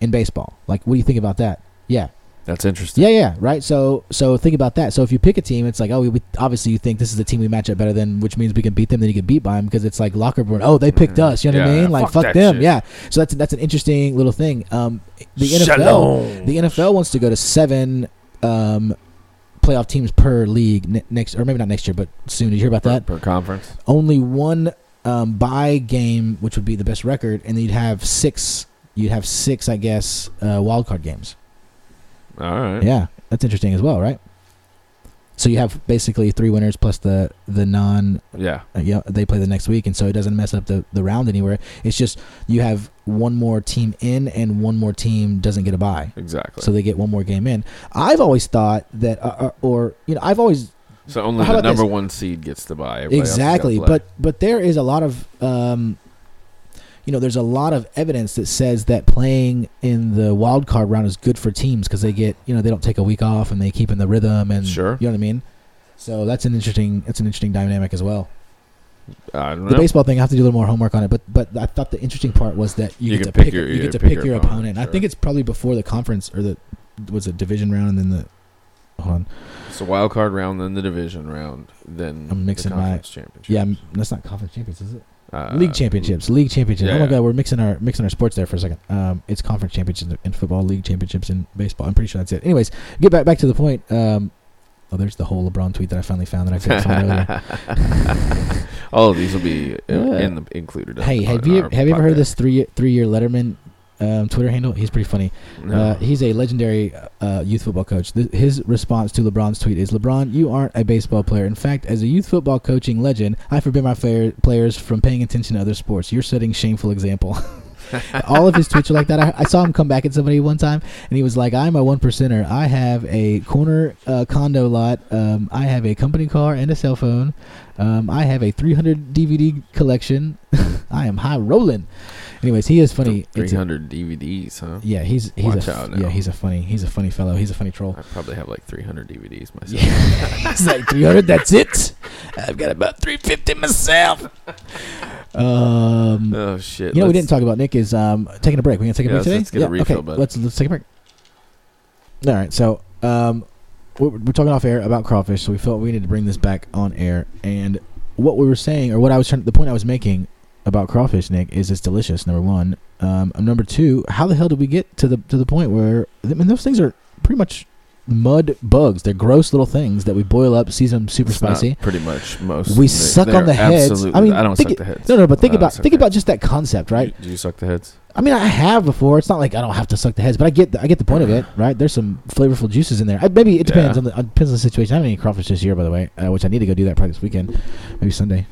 in baseball. Like, what do you think about that? Yeah.
that's interesting.
Yeah, yeah, right. So, so think about that. So, if you pick a team, it's like, oh, we, we obviously you think this is the team we match up better than, which means we can beat them. Then you get beat by them because it's like locker room. Oh, they picked us. You know what I
Yeah,
mean? Like,
fuck
fuck,
that
them.
shit.
Yeah. So that's that's an interesting little thing. Um, the NFL,
Shalom.
the NFL wants to go to seven, um, playoff teams per league ne- next, or maybe not next year, but soon. Did you hear about that?
per conference.
only one um, by game, which would be the best record, and then you'd have six. You'd have six, I guess, uh, wild card games.
All right.
Yeah, that's interesting as well, right? So you have basically three winners plus the the non.
Yeah.
Uh, you know, they play the next week, and so it doesn't mess up the the round anywhere. It's just you have one more team in, and one more team doesn't get a bye,
Exactly.
so
So,
they get one more game in. I've always thought that, uh, uh, or you know, I've always
only
How
the
about this?
number one seed gets to buy.
exactly but but there is a lot of um you know there's a lot of evidence that says that playing in the wild card round is good for teams because they get you know they don't take a week off and they keep in the rhythm and
Sure.
you know what i mean so that's an interesting that's an interesting dynamic as well
I don't
the
know.
baseball thing i have to do a little more homework on it but but i thought the interesting part was that you,
You
get
can
to
pick
pick
your-
you get to pick, your, opponent, i
sure.
think it's probably before the conference or the was it division round and then the hold on
It's a wild card round, then the division round, then
I'm mixing
the
my-
conference championship.
yeah m- that's not conference champions is it
Uh,
league championships, league championships. Oh my
yeah.
god, we're mixing our mixing our sports there for a second. Um, it's conference championships in football, league championships in baseball. I'm pretty sure that's it. Anyways, get back back to the point. Um, oh, there's the whole LeBron tweet that I finally found that I couldn't find earlier.
All of these will be uh,
Yeah.
in the included.
Hey,
in
have you
our
have you ever heard
podcast.
of this three year, three year Letterman um, Twitter handle? He's pretty funny.
No.
Uh, he's a legendary uh, youth football coach. Th- his response to LeBron's tweet is LeBron, you aren't a baseball player. In fact, as a youth football coaching legend, I forbid my fair- players from paying attention to other sports. You're setting shameful example. All of his tweets are like that. I, I saw him come back at somebody one time, and he was like, "I'm a one percenter. I have a corner uh, condo lot. Um, I have a company car and a cell phone. Um, I have a 300 DVD collection. I am high rolling." Anyways, he is funny. It's a-
300 DVDs, huh?
yeah, he's he's
Watch
a f-
out now.
yeah he's a funny he's a funny fellow. He's a funny troll.
I probably have like 300 DVDs myself.
he's like 300. That's it. I've got about 350 myself. Um,
Oh shit!
you know what we
let's-
didn't talk about Nick is um taking a break. We gonna take a
Yeah,
break
let's-
today.
let's get a refill,
okay,
bud.
let's let's take a break. All right, so um, we're, we're talking off air about crawfish, so we felt we needed to bring this back on air. And what we were saying, or what I was trying, the point I was making about crawfish, Nick, is it's delicious. Number one, um, and number two, how the hell did we get to the to the point where I mean those things are pretty much mud bugs. They're gross little things that we boil up, season them super
it's not
spicy.
Pretty much most.
We
they-
suck on
they're
the heads.
absolutely-
I mean,
I don't
think
suck
it-
the heads.
No, no, but think
I don't
about
suck
think
the
about
heads.
just that concept, right?
Do you suck the heads?
I mean, I have before. It's not like I don't have to suck the heads, but I get the, I get the point of it, right? There's some flavorful juices in there. I, maybe it depends
Yeah.
on the on, depends on the situation. I haven't eaten crawfish this year, by the way, uh, which I need to go do that probably this weekend, maybe Sunday.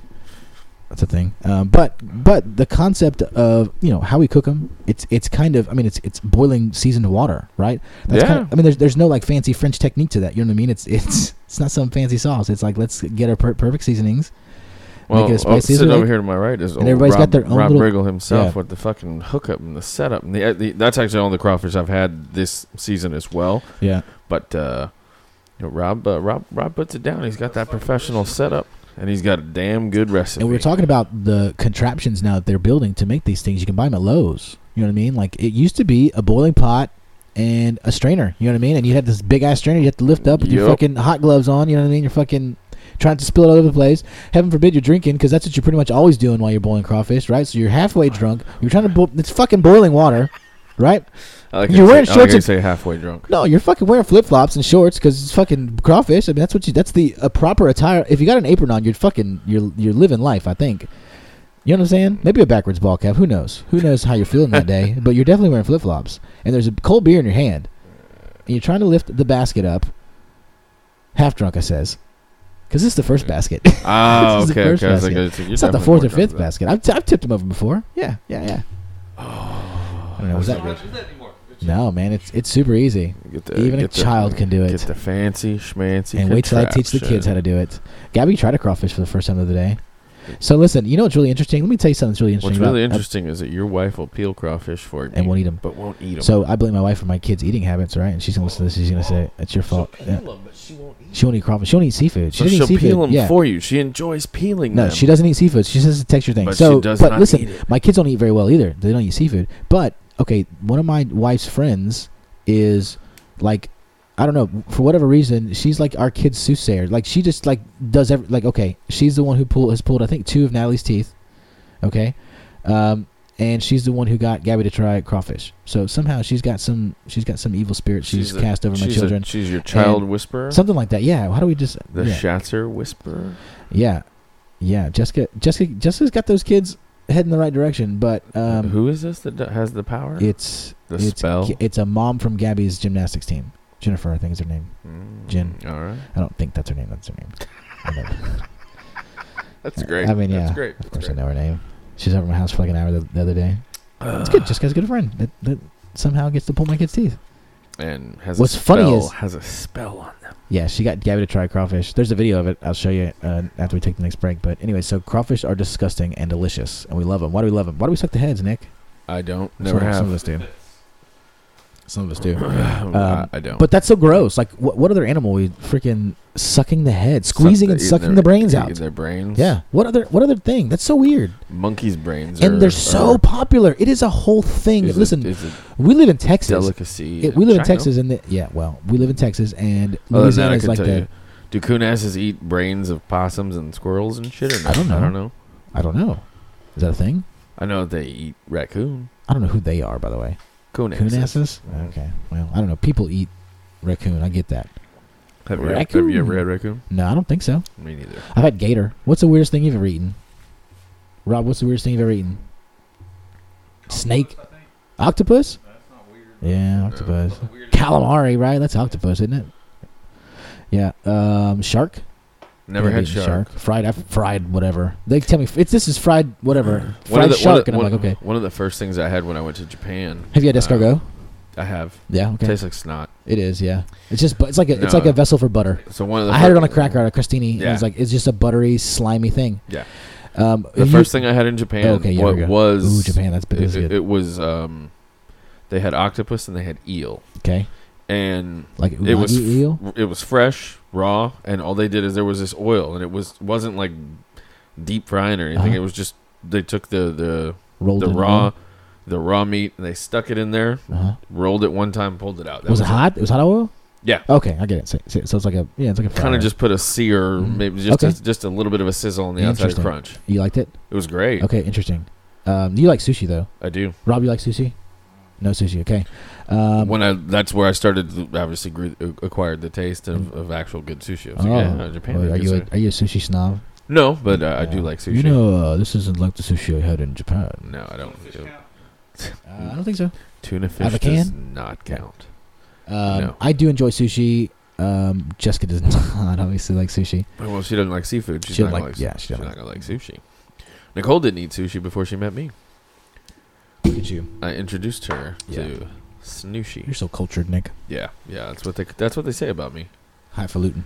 That's a thing. Um, but but the concept of you know how we cook them, it's it's kind of I mean it's it's boiling seasoned water, right? That's
Yeah.
Kind of, I mean there's there's no like fancy French technique to that. You know what I mean? It's it's it's not some fancy sauce. It's like let's get our per- perfect seasonings.
Well,
Make it a
oh,
spicy
sitting
Israeli.
over here to my right is
And
old
everybody's
Rob,
got their own
Rob
little-
Riggle himself
yeah.
with the fucking hookup and the setup. And the, the, that's actually all the crawfish I've had this season as well.
Yeah.
But uh, you know, Rob, uh, Rob, Rob puts it down. He's got that professional setup, and he's got a damn good recipe.
And we were talking about the contraptions now that they're building to make these things. You can buy them at Lowe's. You know what I mean? Like it used to be a boiling pot and a strainer. You know what I mean? And you had this big ass strainer you had to lift up with your
Yup.
fucking hot gloves on. You know what I mean? You're fucking trying to spill it all over the place. Heaven forbid you're drinking because that's what you're pretty much always doing while you're boiling crawfish, right? So you're halfway drunk. You're trying to boil. It's fucking boiling water, right?
I like
you
how
weren't
say-
shorts
I like how you
and-
say halfway drunk.
No, you're fucking wearing flip flops and shorts because it's fucking crawfish. I mean, that's what you. That's the a proper attire. If you got an apron on, you're fucking you're you're living life. I think. You know what I'm saying? Maybe a backwards ball cap. Who knows? Who knows how you're feeling that day? But you're definitely wearing flip flops, and there's a cold beer in your hand, and you're trying to lift the basket up. Half drunk, I says, because this is the first basket.
Ah,
This is the
okay,
first
okay. I was like,
basket.
it's you're
it's not the
definitely
fourth or
more drunk
fifth
than that.
basket. I've, t- I've tipped them over before. Yeah, yeah, yeah. Oh, I don't know. Was that
Don't have to do that anymore.
No, man. It's it's super easy.
Get
Even a
get
child can do it.
Get the fancy schmancy.
and wait till I teach the kids how to do it. Gabby tried a crawfish for the first time the other day. So listen, you know what's really interesting? Let me tell you something that's really interesting.
What's
about-
really interesting is that your wife will peel crawfish for you
And won't eat 'em.
but won't eat them.
So I blame my wife for my kids' eating habits, right? And she's gonna listen to this. She's gonna say it's your fault. uh, Yeah. She won't eat crawfish. She won't eat seafood. She
So
doesn't
she'll
eat seafood.
peel them
yeah.
for you. She enjoys peeling
No,
them.
she doesn't eat seafood. She says it's a texture thing.
But
so,
she does
but
not
listen,
eat it.
my kids don't eat very well either. They don't eat seafood. But okay, one of my wife's friends is like, I don't know, for whatever reason, she's like our kid's soothsayer. Like she just like does every like. Okay, she's the one who pulled has pulled I think two of Natalie's teeth. Okay, um, and she's the one who got Gabby to try crawfish. So somehow she's got some she's got some evil spirit she's,
a-
cast over my
she's a-
children.
she's your child whisperer.
Something like that. Yeah. How do we just
the
yeah.
Shatzer whisperer.
Yeah, yeah. Jessica, Jessica, Jessica's got those kids heading the right direction, but um,
Who is this that d- has the power?
it's
The
it's
spell?
it's a mom from Gabby's gymnastics team. Jennifer, I think is her name.
Mm,
Jin.
All right,
I don't think that's her name. That's her name. I don't know.
that's great.
I mean, yeah.
that's great.
Of course,
That's
I know her name. She's over at my house for like an hour the, the other day. It's good. Jessica's a good friend that, that somehow gets to pull my kids' teeth.
And has
What's
a
funny
spell,
is-
has a spell on them.
Yeah, she got Gabby to try crawfish. There's a video of it. I'll show you uh, after we take the next break. But anyway, so crawfish are disgusting and delicious, and we love them. Why do we love them? Why do we suck the heads, Nick?
I don't.
some,
Never
Some of
have.
us do. Some of us do.
I, I don't.
Um, But that's so gross. Like, what, what other animal we freaking sucking the head,
Suck
squeezing
the-
and
eat
sucking
their-
the brains
eat
out?
Their brains.
Yeah. What other what other thing? That's so weird.
Monkeys' brains. are,
And they're so
are-
popular. It is a whole thing.
is a-
Listen,
is a
we live in Texas.
delicacy.
It- we live in
China.
Texas, and the, yeah, well, we live in Texas, and
Other than
Louisiana
that, Oh, I
is
could
like
tell
the
you. Do coonasses eat brains of possums and squirrels and shit? Or not?
I don't
I
know.
don't know.
I don't know. Is that a thing?
I know they eat raccoon.
I don't know who they are, by the way.
Coonasses.
Coonasses? Okay. Well, I don't know. People eat raccoon. I get that.
Have you, have you ever
Raccoon.
had raccoon?
No, I don't think so.
Me neither.
I've had gator. What's the weirdest thing you've ever eaten? Rob, what's the weirdest thing you've ever eaten? Snake? Octopus? Yeah, octopus. Calamari, right? That's octopus, isn't it? Yeah. Um, shark?
Never
I've
had
eaten
shark.
Fried, i fried whatever. They tell me it's this is fried whatever.
One
Fried
of the, one of-
shark, and I'm
one-
like, okay.
One of the first things I had when I went to Japan.
Have you had
uh,
escargot?
I have.
yeah, okay.
Tastes like snot.
it is, yeah. It's just, but it's like a, it's
No.
like a vessel for butter.
So one of the
I had it
fir-
on a cracker, on a crostini, and
Yeah.
it's like it's just a buttery, slimy thing.
Yeah.
Um,
The
you-
first thing I had in Japan
Oh, Okay, yeah,
what
we go.
was
Ooh, Japan, that's-
it,
that's
it-
good.
it was um they had octopus and they had eel.
okay,
And
like
it was
unagi
f-
eel.
It was fresh, raw, and all they did is there was this oil and it was wasn't like deep frying or anything.
Uh-huh.
It was just they took the the
rolled
the
in
raw
oil.
the raw meat and they stuck it in there,
Uh-huh.
rolled it one time, pulled it out. That
Was it hot? Oh, It was hot oil.
Yeah.
Okay, I get it. So, so so it's like a yeah, it's like a
Kind
fryer.
of just put a sear, maybe just
Mm. Okay.
a, just a little bit of a sizzle on the outside
Interesting.
crunch.
You liked it?
It was great.
Okay, interesting. Um, you like sushi though,
I do.
Rob? You like sushi? No sushi. Okay. Um,
when I that's where I started obviously grew, acquired the taste of, of actual good sushi. I was
oh,
like, yeah, Japan.
well,
is
are
good
you a,
sushi.
are you a sushi snob?
no, but uh, I do
Yeah.
like sushi.
You know, uh, this isn't like the sushi I had in Japan.
no, I don't. do-
Uh, I don't think so.
Tuna
Out of
fish
a
does
can?
not count.
Um,
No.
I do enjoy sushi. Um, Jessica does not obviously like sushi.
Well, she doesn't like seafood. She's
She
not
don't
gonna
like-
like.
yeah, she
she's
don't like-
not gonna like sushi. Nicole didn't eat sushi before she met me.
Look at you.
I introduced her
Yeah.
to snooshi.
You're so cultured, Nick.
Yeah, yeah, that's what they that's what they say about me.
Highfalutin.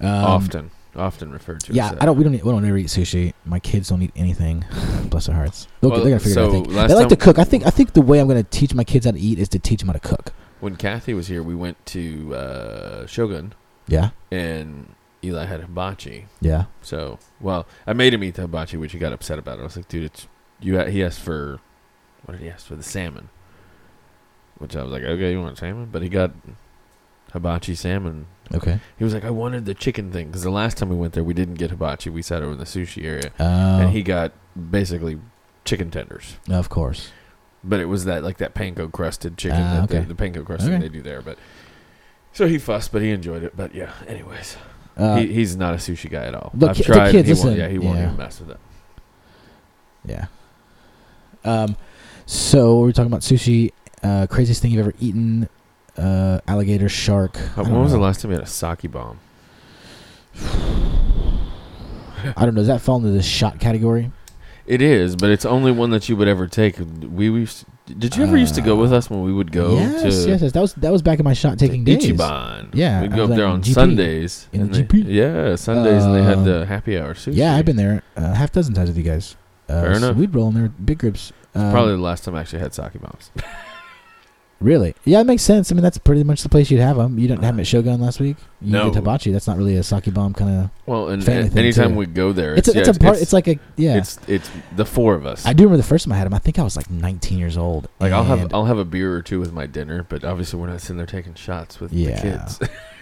Um,
often, often referred to.
Yeah,
as that.
I don't. We don't. Eat, we don't ever eat sushi. My kids don't eat anything. Bless their hearts. They'll,
Well,
they're gonna figure it
so
out. I think.
last
They like to
time-
cook. I think. I think the way I'm gonna teach my kids how to eat is to teach them how to cook.
When Kathy was here, we went to uh, Shogun
Yeah.
and Eli had hibachi.
Yeah.
So, well, I made him eat the hibachi, which he got upset about. I was like, dude, it's you. a- He asked for what did he ask for? The salmon, which I was like, okay, you want salmon? But he got hibachi salmon.
Okay.
He was like, I wanted the chicken thing because the last time we went there, we didn't get hibachi. We sat over in the sushi area,
Uh,
and he got basically chicken tenders.
of course.
But it was that like that panko crusted chicken,
Ah,
that
okay.
the, the panko crust thing
Okay.
they do there. But so he fussed, but he enjoyed it. But yeah, anyways,
Uh,
he, he's not a sushi guy at all.
the
I've
ki- the
tried.
kids,
he won't,
listen,
yeah, he won't
yeah.
even mess with it.
yeah. Um. So we we're talking about sushi. Uh, craziest thing you've ever eaten? Uh, alligator, shark. I
When
don't
was the
know.
last time you had a sake bomb?
I don't know. Does that fall into the shot category?
It is, but it's only one that you would ever take. We used. Did you ever used to go with us when we would go
yes,
to
yes, yes. That was that was back in my shot taking days.
Ichiban?
Yeah,
we'd
I
go
was
up there
like,
on
GP.
Sundays.
In
and
the
they-
GP.
yeah, Sundays, and they had
Um,
the happy hour sushi.
Yeah, I've been there a half dozen times with you guys. Uh,
Fair
so
enough.
We'd roll in there, big groups. Um,
Probably the last time I actually had sake bombs.
Really? Yeah, it makes sense. I mean, that's pretty much the place you'd have them. You didn't have them at Shogun last week. You
Uh, No.
get Hibachi. That's not really a sake bomb kind of.
Well, and,
Family
and
thing,
anytime
too.
we go there,
It's a,
yeah,
it's a part. It's, like a yeah.
it's it's the four of us.
I do remember the first time I had them. I think I was like 19 years old.
like I'll have
and-
I'll have a beer or two with my dinner, but obviously we're not sitting there taking shots with
Yeah.
the kids.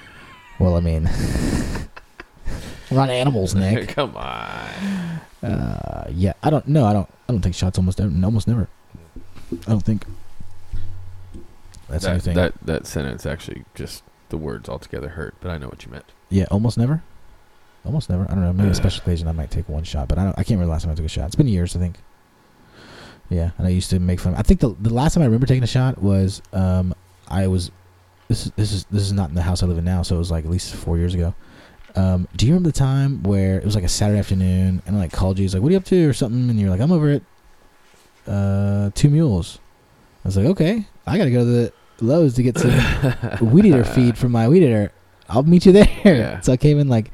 well, I mean, we're not animals, Nick.
Come on.
Uh, yeah, I don't. No, I don't. I don't take shots. Almost, ever- almost never. I don't think. That's the
that,
only thing.
that that sentence actually just the words altogether hurt, but I know what you meant.
Yeah, almost never. Almost never. I don't know. Maybe a special occasion I might take one shot, but I don't. I can't remember the last time I took a shot. It's been years, I think. Yeah, and I used to make fun. I think the the last time I remember taking a shot was um I was this is this is this is not in the house I live in now, so it was like at least four years ago. Um, do you remember the time where it was like a Saturday afternoon and I like called you? It's like, "What are you up to?" or something, and you're like, "I'm over at uh Two Mules." I was like, "Okay, I gotta go to the Lowe's to get some weed eater feed from my weed eater. I'll meet you there.
Yeah.
So I came in like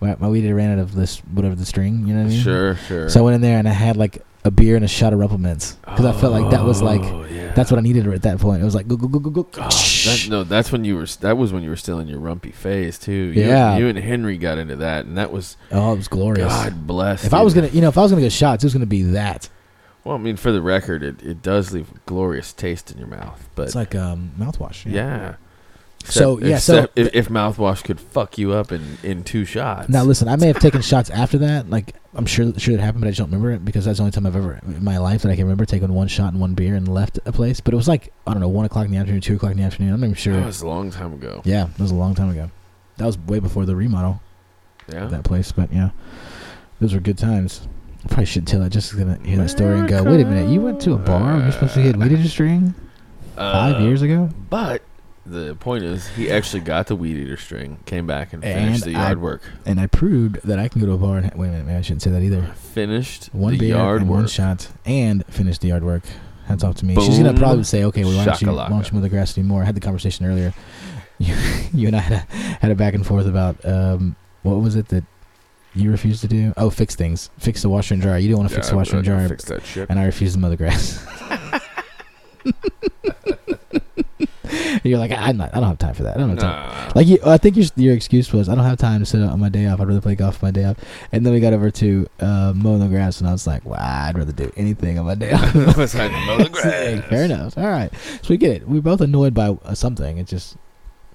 my, my weed eater ran out of this whatever the string, you know what I mean?
Sure, sure.
So I went in there and I had like a beer and a shot of Rumplements because I felt like that was like
Oh, yeah.
that's what I needed at that point. It was like go go go go go.
Oh, that, no, that's when you were. That was when you were still in your rumpy phase too. You,
Yeah.
you and Henry got into that, and that was
Oh, it was glorious.
God bless.
If I
you.
was gonna, you know, if I was gonna get shots, it was gonna be that.
well, I mean, for the record, it, it does leave a glorious taste in your mouth, but
It's like um, mouthwash.
yeah.
So,
Except-
yeah, so-
except if, if mouthwash could fuck you up in in two shots.
Now listen, I may have taken shots after that. Like I'm sure sure it happened, but I just don't remember it because that's the only time I've ever in my life that I can remember taking one shot and one beer and left a place. But it was like I don't know, one o'clock in the afternoon, two o'clock in the afternoon. I'm not even sure.
that was a long time ago.
yeah, it was a long time ago. That was way before the remodel
Yeah.
of that place. But yeah, those were good times. I probably shouldn't tell that. Just gonna hear that story and go, wait a minute, you went to a bar. and You're supposed to get weed in your string five
Uh,
years ago.
But the point is, he actually got the weed eater string, came back and
And
finished the yard
I-
work.
and I proved that I can go to a bar and ha- wait a minute, maybe I shouldn't say that either.
Finished
One
the
beer
yard
and
work.
one shot, and finished the yard work. Hats off to me. She's gonna
Boom
probably say, "Okay, well, why don't you why
shakalaka.
don't you mow the grass anymore?" I had the conversation earlier. You, you and I had a, had a back and forth about um, what was it that you refused to do? Oh, fix things, fix the washer and dryer. You didn't want to
Yeah,
fix the
I'd
washer and
like to
dryer,
Fix that shit.
and I refused to mow the grass. And you're like, I'm not. I don't have time for that. I don't have time.
Nah.
Like you, I think your your excuse was I don't have time to sit out on my day off. I'd rather play golf on my day off. And then we got over to uh, mowing the grass, and I was like, well, I'd rather do anything on my day off.
Was I to mow the grass?
Fair enough. All right, so we get it. We're both annoyed by uh, something. It's just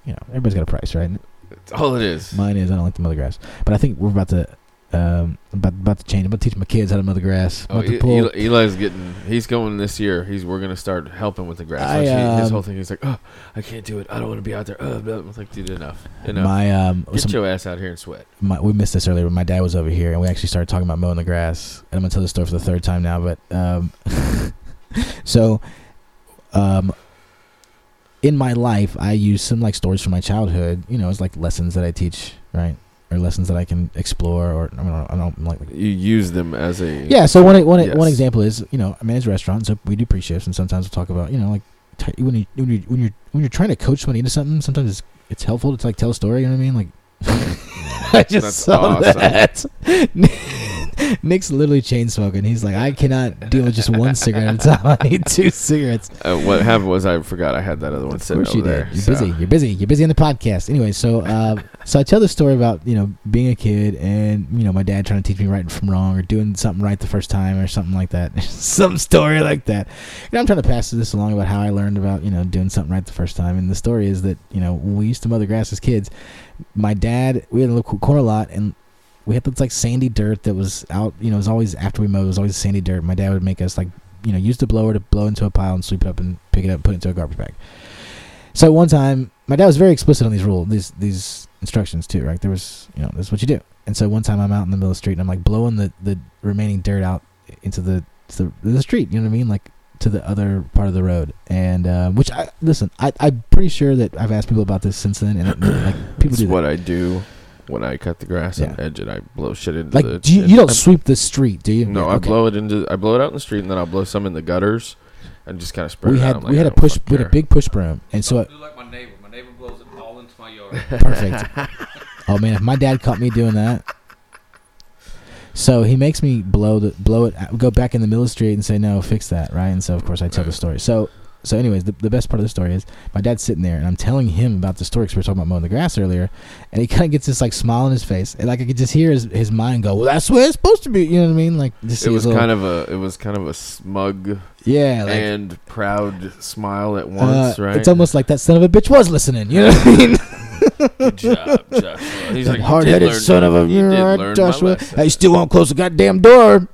you know everybody's got a price, right?
That's all it is.
Mine is I don't like to mow the grass, but I think we're about to um about about to change. I'm about to teach my kids how to mow the grass.
Oh,
About to
E-
pull.
Eli, Eli's getting. He's going this year. He's. We're gonna start helping with the grass.
I,
Like, he- his
um,
whole thing. He's like, oh, I can't do it. I don't want to be out there. Uh, blah." I was like, dude, enough, enough.
My um,
Get
some-
your ass out here and sweat.
my, we missed this earlier, but my dad was over here, and we actually started talking about mowing the grass. And I'm gonna tell this story for the third time now, but um, so, um, in my life, I use some like stories from my childhood. You know, it's like lessons that I teach, right? or lessons that I can explore, or I don't, I don't like
You use them as a
yeah, so one one
Yes.
one example is you know I manage a restaurant, so we do pre shifts, and sometimes we'll talk about you know like t- when you when you when you're when you're trying to coach somebody into something, sometimes it's it's helpful to like tell a story. You know what I mean? Like I just
That's
saw
awesome.
that. Nick's literally chain smoking. He's like, I cannot deal with just one cigarette at a time. I need two cigarettes.
Uh, what happened was I forgot I had that other one
Of
sitting
course
over
you
there.
did. You're
so-
busy. You're busy. You're busy on the podcast. Anyway, so uh, so I tell this story about you know being a kid and you know my dad trying to teach me right from wrong or doing something right the first time or something like that, some story like that. And I'm trying to pass this along about how I learned about you know doing something right the first time. And the story is that you know when we used to mow the grass as kids, my dad we had a little corner lot and we had this like sandy dirt that was out you know it was always after we mowed it was always sandy dirt my dad would make us like you know use the blower to blow into a pile and sweep it up and pick it up and put it into a garbage bag so one time my dad was very explicit on these rules these these instructions too right there was you know this is what you do and so one time i'm out in the middle of the street and i'm like blowing the the remaining dirt out into the to the, the street you know what i mean like to the other part of the road and uh, which i listen I, i'm pretty sure that i've asked people about this since then and like people
It's
do that.
what I do when I cut the grass and edge it. I blow shit into the.
like do you,
and
you don't
I-
sweep the street do you
no, I
Okay.
blow it into. I blow it out in the street, and then I'll blow some in the gutters, and just kind of spread
we
it
had
out. I'm
we
like,
had
I
a
don't
push
fucking
we had a
care.
big push broom, and so
do like my neighbor. My neighbor blows it all into my yard.
perfect. oh man, if my dad caught me doing that, so he makes me blow the blow it go back in the middle of the street and say no, fix that right. And so of course I tell the
Right.
story. So so anyways, the, the best part of the story is my dad's sitting there and I'm telling him about the story because we were talking about mowing the grass earlier, and he kind of gets this like smile on his face, and like I could just hear his, his mind go, well that's where it's supposed to be. You know what I mean? Like just
It was kind of a. It was kind of a smug
yeah. Like,
and proud smile at once,
uh,
right?
It's almost like that son of a bitch was listening. You know what I mean?
Good job, Joshua. He's like
hard headed son of a
you did
yeah,
learn my
Joshua.
lesson.
Hey, still won't close the goddamn door.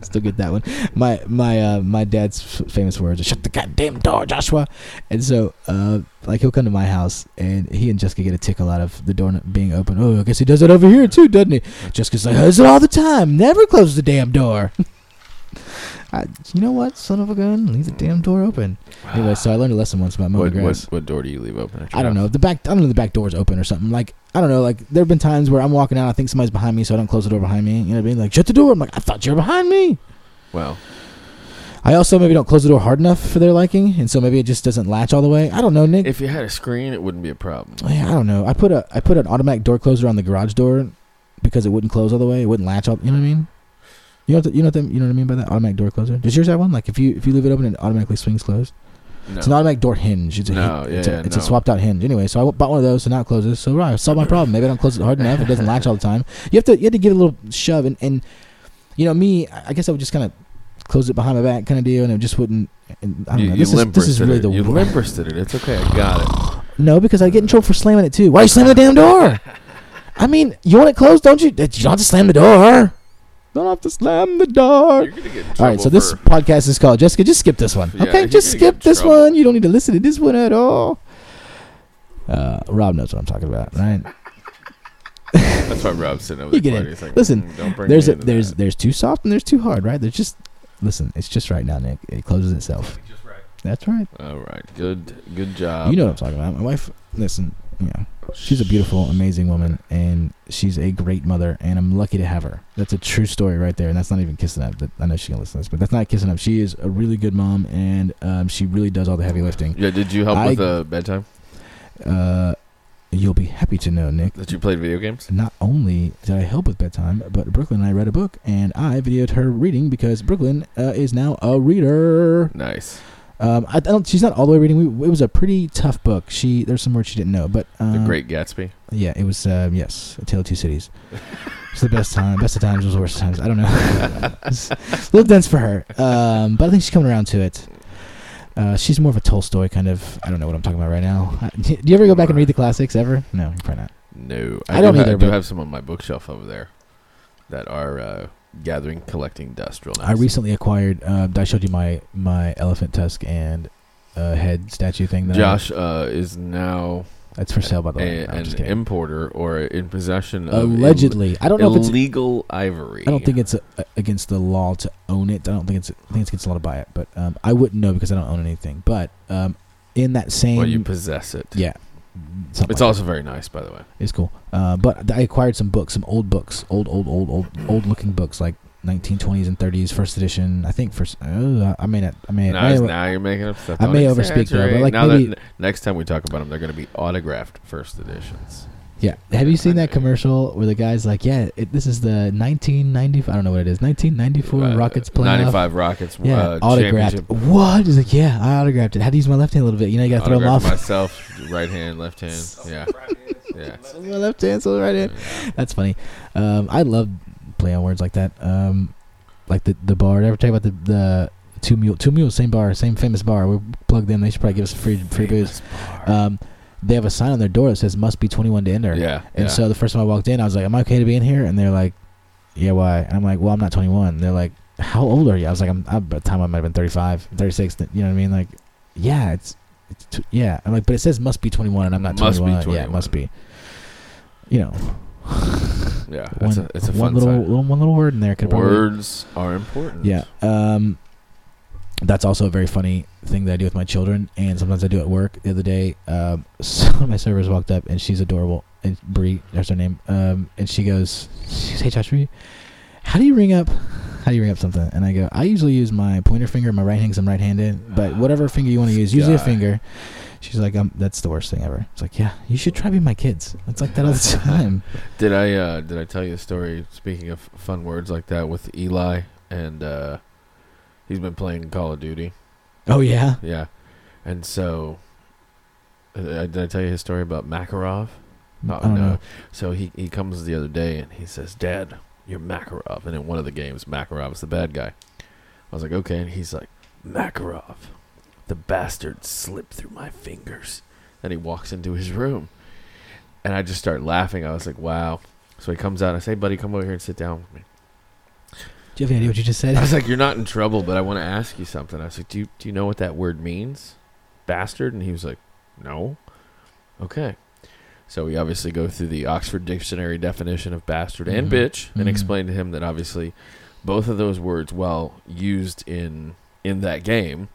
still get that one. My my uh, my dad's f- famous words are shut the goddamn door, Joshua. And so uh, like he'll come to my house and he and Jessica get a tickle out of the door not being open. Oh, I guess he does it over here too, doesn't he? Jessica's like, does it all the time. Never closes the damn door. I, you know what, son of a gun, leave the damn door open. Anyway, so I learned a lesson once about mowing
What,
grass.
what what door do you leave open? at your
I don't
house?
know the back. I don't know the back door's open or something. Like I don't know. Like there have been times where I'm walking out, I think somebody's behind me, so I don't close the door behind me. You know what I mean? Like shut the door. I'm like I thought you were behind me.
Well,
I also maybe don't close the door hard enough for their liking, and so maybe it just doesn't latch all the way. I don't know, Nick.
if you had a screen, it wouldn't be a problem.
yeah, I don't know. I put a I put an automatic door closer on the garage door because it wouldn't close all the way. It wouldn't latch all. You know what I mean? You know what the, you know what the, you know what I mean by that automatic door closer. Does yours have one? Like if you if you leave it open, it automatically swings closed.
No.
It's an automatic door hinge. It's a,
No,
hin- it's,
yeah,
a, it's a
no.
swapped out hinge. Anyway, so I bought one of those, so now it closes. So right, I solved my problem. Maybe I don't close it hard enough. It doesn't latch all the time. You have to you have to give it a little shove, and, and you know me, I I guess I would just kind of close it behind my back, kind of deal, and it just wouldn't. And I don't
you,
know.
you
This is this is
limp-wristed
really
it.
the
you
wor-
limp wristed it. It's okay. I got it.
no because I get in trouble for slamming it too. Why are you slamming the damn door? I mean, you want it closed, don't you? You don't have to slam the door. Don't have to slam the door.
You're gonna get in
All right, so
trouble
this
for-
podcast is called Jessica. Just skip this one,
Yeah,
okay?
you're
Just
gonna get
skip
in
this
trouble.
one. You don't need to listen to this one at all. Uh, Rob knows what I'm talking about, right?
that's why Rob's sitting over
You
there.
get
quiet.
it.
He's like,
Listen,
"Mm, don't bring
There's
me
a,
into
there's
that."
there's too soft and there's too hard, right? There's just listen, it's just right now, Nick. It closes itself.
Just right.
That's right.
All right, good good job.
you know what I'm talking about. My wife, listen, you know, she's a beautiful, amazing woman, and she's a great mother, and I'm lucky to have her. That's a true story right there, and that's not even kissing up. That I know she's gonna listen to this, but that's not kissing up. She is a really good mom, and um, she really does all the heavy lifting.
Yeah, did you help
I-
with the bedtime?
Uh, you'll be happy to know, Nick.
That you played video games?
Not only did I help with bedtime, but Brooklyn and I read a book, and I videoed her reading because Brooklyn uh, is now a reader.
Nice.
Um, I, I don't. She's not all the way reading. We, it was a pretty tough book. She there's some words she didn't know, but um,
The Great Gatsby.
Yeah, it was. Uh, yes, A Tale of Two Cities. It's the best time. Best of times was the worst of times. I don't know. It's a little dense for her, um, but I think she's coming around to it. Uh, she's more of a Tolstoy kind of. I don't know what I'm talking about right now. I- do you ever go back and read the classics ever? No, probably not.
No,
I don't
do ha-
either,
I do
but-
have some on my bookshelf over there that are uh, gathering, collecting dust. Real nice.
I recently acquired. Uh, I showed you my my elephant tusk and uh, head statue thing. That I-
Josh uh, is now
that's for sale by the way.
a,
No, I'm
an
just kidding.
importer or in possession of ill-
Allegedly, I don't know if it's
illegal ivory.
I don't think it's uh against the law to own it. I don't think it's. I think it's against the law to buy it. But um, I wouldn't know because I don't own anything. But um, in that same,
Well, you possess it.
yeah, something
It's
like
also very nice, by the way.
It's cool. Uh, but I acquired some books, some old books, old, old, old, old, old looking books, like 1920s and 30s, first edition. I think first. Uh, I may not. I may.
Now,
I
it's-
may-
now you're making up stuff.
I
Don't
may overspeak, though, but,
exaggerate.
like,
now
maybe-
that, next time we talk about them, they're going to be autographed first editions.
yeah. Have you seen that
Yeah.
commercial where the guy's like, "Yeah, it, this is the 1995. I don't know what it is. 1994
Uh,
Rockets playoff.
95 Rockets.
Yeah,
uh,
autographed.
championship.
What? He's like, yeah, I autographed it. How to use my left hand a little bit. You know, you gotta throw him
Autographed
off.
myself, right hand, left hand. Yeah, yeah.
my left hand, so right hand. That's funny. Um, I love play on words like that. Um, like the the bar. Did I ever talk about the the two mule two mules? Same bar, same famous bar. We plugged them. They should probably give us free free booze. Um, they have a sign on their door that says "must be 21 to enter."
Yeah,
Uh, And
yeah.
so the first time I walked in, I was like, "Am I okay to be in here?" And they're like, "Yeah, why?" And I'm like, "Well, I'm not 21." And they're like, "How old are you?" I was like, "I'm." I'm by the time I might have been 35, 36. You know what I mean? Like, yeah, it's. it's tw- yeah, I'm like, but it says must be 21, and I'm not
Must be
21. Yeah, it
21.
must be. You know,
Yeah,
one,
it's a, it's a
one
fun
little,
sign.
little one little word in there could probably
Words are important.
yeah. Um, that's also a very funny thing that I do with my children, and sometimes I do at work. The other day, um, some of my servers walked up, and she's adorable, and Bree, that's her name, um, and she goes, she goes, "Hey, Josh, Bree, how do you ring up? How do you ring up something?" And I go, "I usually use my pointer finger, my right hand, 'cause I'm right-handed, but whatever finger you want to use, usually a
guy.
finger." She's like, um, "That's the worst thing ever." It's like, "Yeah, you should try being my kids. It's like that all the time."
Did I uh, did I tell you a story? Speaking of fun words like that, with Eli and uh, he's been playing Call of Duty.
oh yeah,
Yeah, and so uh, did I tell you his story about Makarov? Oh,
I don't know.
So he he comes the other day and he says, "Dad, you're Makarov." And in one of the games, Makarov is the bad guy. I was like, "Okay," and he's like, "Makarov, the bastard slipped through my fingers." Then he walks into his room, and I just start laughing. I was like, "Wow." So he comes out. I say, "Buddy, come over here and sit down with me."
Do you have any idea what you just said?
I was like, "You're not in trouble, but I want to ask you something." I was like, "Do you do you know what that word means, bastard?" And he was like, "No." Okay. So we obviously go through the Oxford Dictionary definition of bastard
Mhm.
and bitch, and
Mhm.
explain to him that obviously both of those words, while used in in that game,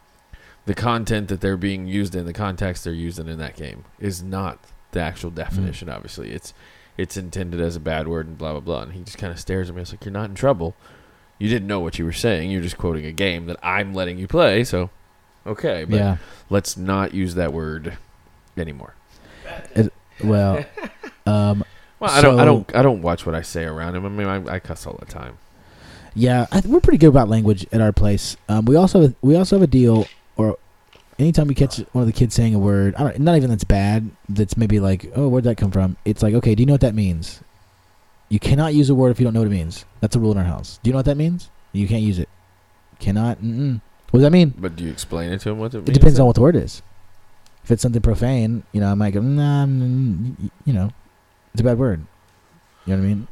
the content that they're being used in, the context they're used in in that game, is not the actual definition. Obviously, it's it's intended as a bad word and blah blah blah. And he just kind of stares at me. It's like you're not in trouble. You didn't know what you were saying. You're just quoting a game that I'm letting you play. So, okay, but
yeah.
let's not use that word anymore.
Well, um,
Well, I don't, I
So-
don't, I don't watch what I say around him. I mean, I, I cuss all the time.
Yeah, I th- we're pretty good about language at our place. Um, we also we also have a deal, or anytime we catch one of the kids saying a word, I don't, not even that's bad. That's maybe like, oh, where'd that come from? It's like, okay, do you know what that means? You cannot use a word if you don't know what it means. That's a rule in our house. Do you know what that means? You can't use it. Cannot. Mm-mm. What does that mean?
But do you explain it to him? What it,
It
means
depends
then?
on what the word is. If it's something profane, you know, I might go, nah, mm, y- you know, it's a bad word. You know what I mean?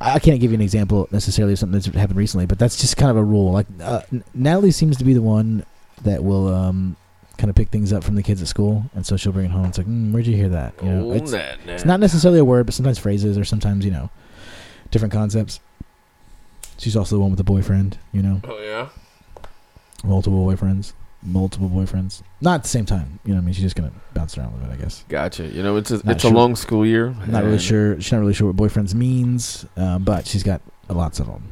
I I can't give you an example necessarily of something that's happened recently, but that's just kind of a rule. Like uh, N- Natalie seems to be the one that will um, kind of pick things up from the kids at school, and so she'll bring it home. It's like, mm, where'd you hear that? You know,
Oh,
it's,
that,
it's not necessarily a word, but sometimes phrases or sometimes you know different concepts. She's also the one with the boyfriend, you know
Oh yeah.
multiple boyfriends, multiple boyfriends. Not at the same time. You know what I mean? She's just gonna bounce around a little bit, I guess.
Gotcha. You know, it's a,
Not
it's
sure.
a long school year.
I'm not really
and
sure. She's not really sure what boyfriends means, uh, but she's got lots of them.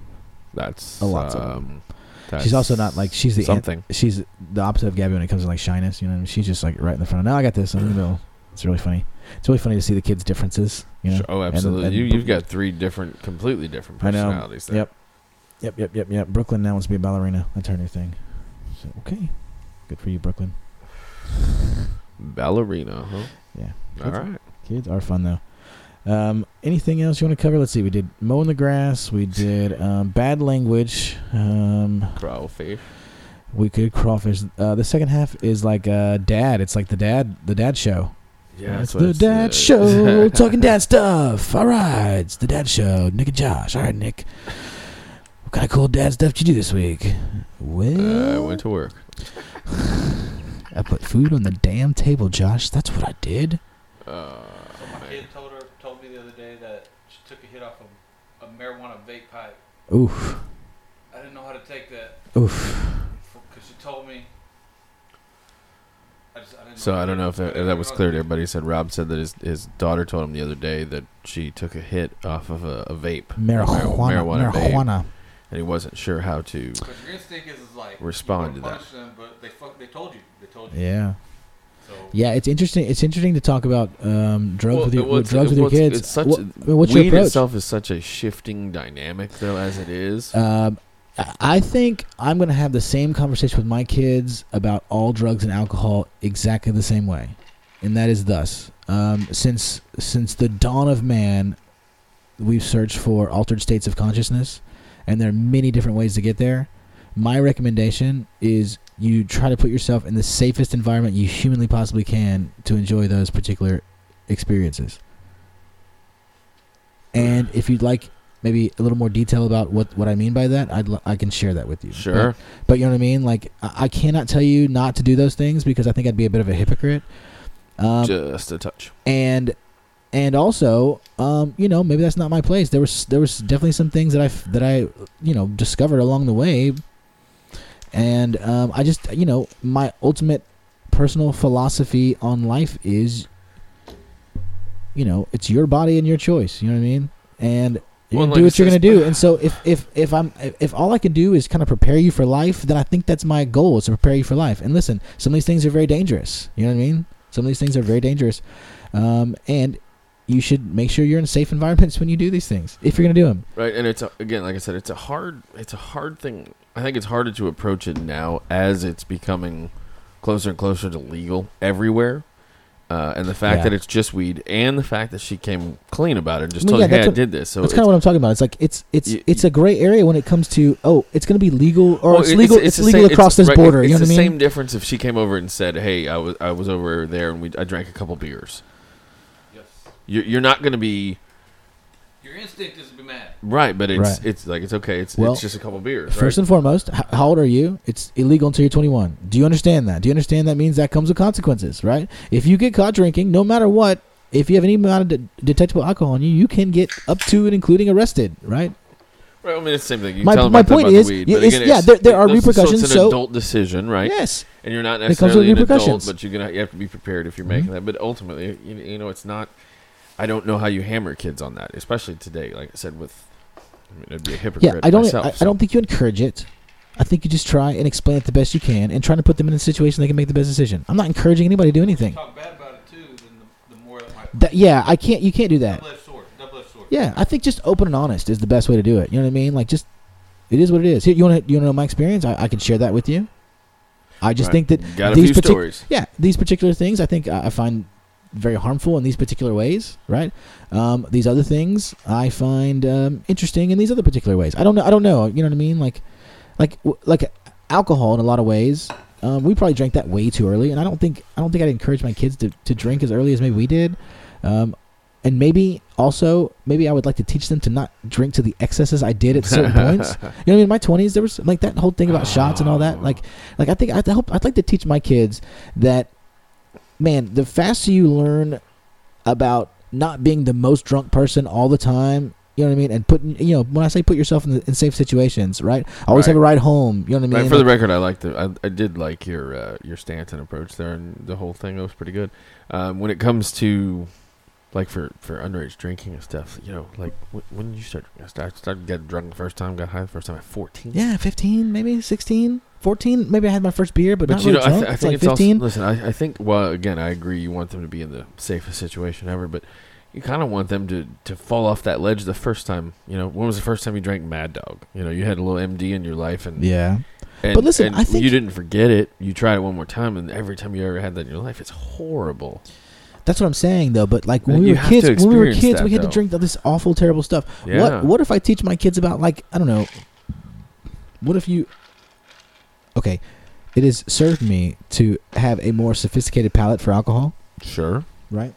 That's
A lot of them.
um, that's
She's also not like she's the an-
something.
she's the opposite of Gabby when it comes to like shyness. You know, what I mean? she's just like right in the front. Now I got this. I'm in the middle. It's really funny. It's really funny to see the kids' differences. You know?
Sure. Oh,
And-
absolutely.
and-
you you've got three different, completely different
I know.
personalities. there.
Yep. Yep, yep, yep, yep. Brooklyn now wants to be a ballerina. That's her new thing. So, okay, good for you, Brooklyn.
Ballerina, huh?
Yeah.
All right.
Kids are fun though. Um, anything else you want to cover? Let's see. We did mowing the grass. We did um, bad language. Um,
Crawfish.
we could crawfish. Uh, the second half is like uh, dad. It's like the dad, the dad show.
Yeah,
it's
that's what
the
it's,
dad
uh,
show talking dad stuff. All right, it's the dad show. Nick and Josh. All right, Nick. What kind of cool dad stuff did you do this week?
Uh,
Well,
I went to work.
I put food on the damn table, Josh. That's what I did.
Uh,
My kid told her, told me the other day that she took a hit off of a marijuana vape pipe.
Oof,
I didn't know how to take that
oof.
because she told me. I just, I didn't
So I don't know if that, if that was
Everyone-
clear to everybody. He said Rob said that his, his daughter told him the other day that she took a hit off of a, a vape,
Marijuana.
marijuana, vape,
Marijuana.
and he wasn't sure how to.
But your instinct is, is like you
Respond
wanna
to that.
punish Them, but they fuck, they told you. They told you.
Yeah.
So
Yeah, it's interesting. It's interesting to talk about um, drugs
Well,
with your
well,
with
it's-
drugs with your
well, it's-
kids.
It's such
What-
a-
I mean, what's your
weed
approach?
itself is such a shifting dynamic though, as it is.
Um, I- I think I'm going to have the same conversation with my kids about all drugs and alcohol exactly the same way, and that is thus: um, since since the dawn of man, we've searched for altered states of consciousness, and there are many different ways to get there. My recommendation is you try to put yourself in the safest environment you humanly possibly can to enjoy those particular experiences. And if you'd like maybe a little more detail about what, what I mean by that, I'd l- I can share that with you.
sure.
But, but you know what I mean? Like, I, I cannot tell you not to do those things because I think I'd be a bit of a hypocrite. Um,
just a touch.
and and also um, you know maybe that's not my place there was there was definitely some things that i f- that i you know discovered along the way and um, i just you know my ultimate personal philosophy on life is you know it's your body and your choice you know what i mean and you
Well,
do
like
what
I
you're gonna
says-
do, and so if if if I'm if- if all I can do is kind of prepare you for life, then I think that's my goal is to prepare you for life. And listen, some of these things are very dangerous. You know what I mean? Some of these things are very dangerous, um, and you should make sure you're in safe environments when you do these things if you're gonna do them.
Right, and it's a, again, like I said, it's a hard, it's a hard thing. I think it's harder to approach it now as it's becoming closer and closer to legal everywhere. Uh, and the fact
Yeah.
that it's just weed, and the fact that she came clean about it and just
Well,
told
yeah,
you, "Hey,
that's
I
what-
did this." So
That's kind of what I'm talking about. It's like it's it's
You-
it's a gray area when it comes to oh, it's gonna be legal or
well,
it's legal it's,
the
legal
same-
across this
right,
border.
It's
you know
the
what I mean?
same difference if she came over and said, "Hey, I was I was over there and we I drank a couple beers."
yes,
You're, you're not going to be
your instinct is to be mad.
right, but it's
Right.
it's like it's okay. It's
Well,
it's just a couple beers.
First
right?
and foremost, h- how old are you? It's illegal until you're 21. Do you understand that? Do you understand that means that comes with consequences, right? If you get caught drinking, no matter what, if you have any amount of de- detectable alcohol in you, you can get up to and including arrested, right?
Right, I mean, it's the same thing. You
My-
tell them
my
about the-
point
about the
is,
weed,
y-
but
it's-
again,
yeah,
it's-
there- there are
it's- it's
repercussions,
an
so-
adult decision, right?
Yes.
and you're
It
not
comes with
necessarily an adult,
repercussions. Mm-hmm.
but you're gonna you have to be prepared if you're making that. But ultimately, you, you know, it's not. I don't know how you hammer kids on that, especially today. Like I said, with I mean, it'd be a hypocrite.
Yeah, I don't.
Myself,
I, I
so.
don't think you encourage it. I think you just try and explain it the best you can, and trying to put them in a situation they can make the best decision. I'm not encouraging anybody to do anything.
Talk bad about it too, then the, the more that might.
That, yeah, I can't. You can't do that.
Double-edged sword. Double-edged sword.
Yeah, I think just open and honest is the best way to do it. You know what I mean? Like just it is what it is. Here, you want to you want to know my experience? I, I can share that with you. I just
Right.
think that
Got a
these
few
partic-
stories.
Yeah, these particular things I think I, I find very harmful in these particular ways, right? Um, these other things I find um, interesting in these other particular ways. I don't know. I don't know. You know what I mean? Like, like, w- like alcohol in a lot of ways. Um, we probably drank that way too early, and I don't think I don't think I'd encourage my kids to, to drink as early as maybe we did. Um, and maybe also maybe I would like to teach them to not drink to the excesses I did at certain points. You know, what I mean, in my twenties there was like that whole thing about shots and all that. Like, like I think I'd help. I'd like to teach my kids that, man, the faster you learn about not being the most drunk person all the time. You know what I mean, and putting you know when I say put yourself in, the, in safe situations, right? Always
Right.
have a ride home. You know what I mean?
Right, for the
Like-
record, I like the I, I did like your uh, your stance and approach there, and the whole thing that was pretty good. Um, when it comes to like for, for underage drinking and stuff, you know, like when, when you start, I started, I started getting drunk the first time, got high the first time at fourteen.
yeah, fifteen, maybe 16, 14. Maybe I had my first beer, but,
but
not
you
really
know, I,
drunk.
th- I
It's
think
like
it's
fifteen.
also listen. I, I think well, again, I agree. You want them to be in the safest situation ever, but you kind of want them to to fall off that ledge the first time. You know, when was the first time you drank Mad Dog? You know, you had a little MD in your life, and
yeah,
and,
But listen,
and
I think-
you didn't forget it. You tried it one more time, and every time you ever had that in your life, it's horrible.
that's what I'm saying though. But like when
You
we were
have to
kids, when we were
experience
kids,
that,
we had
though.
to drink all this awful, terrible stuff.
Yeah.
What What if I teach my kids about like I don't know? What if you? Okay, it has served me to have a more sophisticated palate for alcohol.
Sure.
right?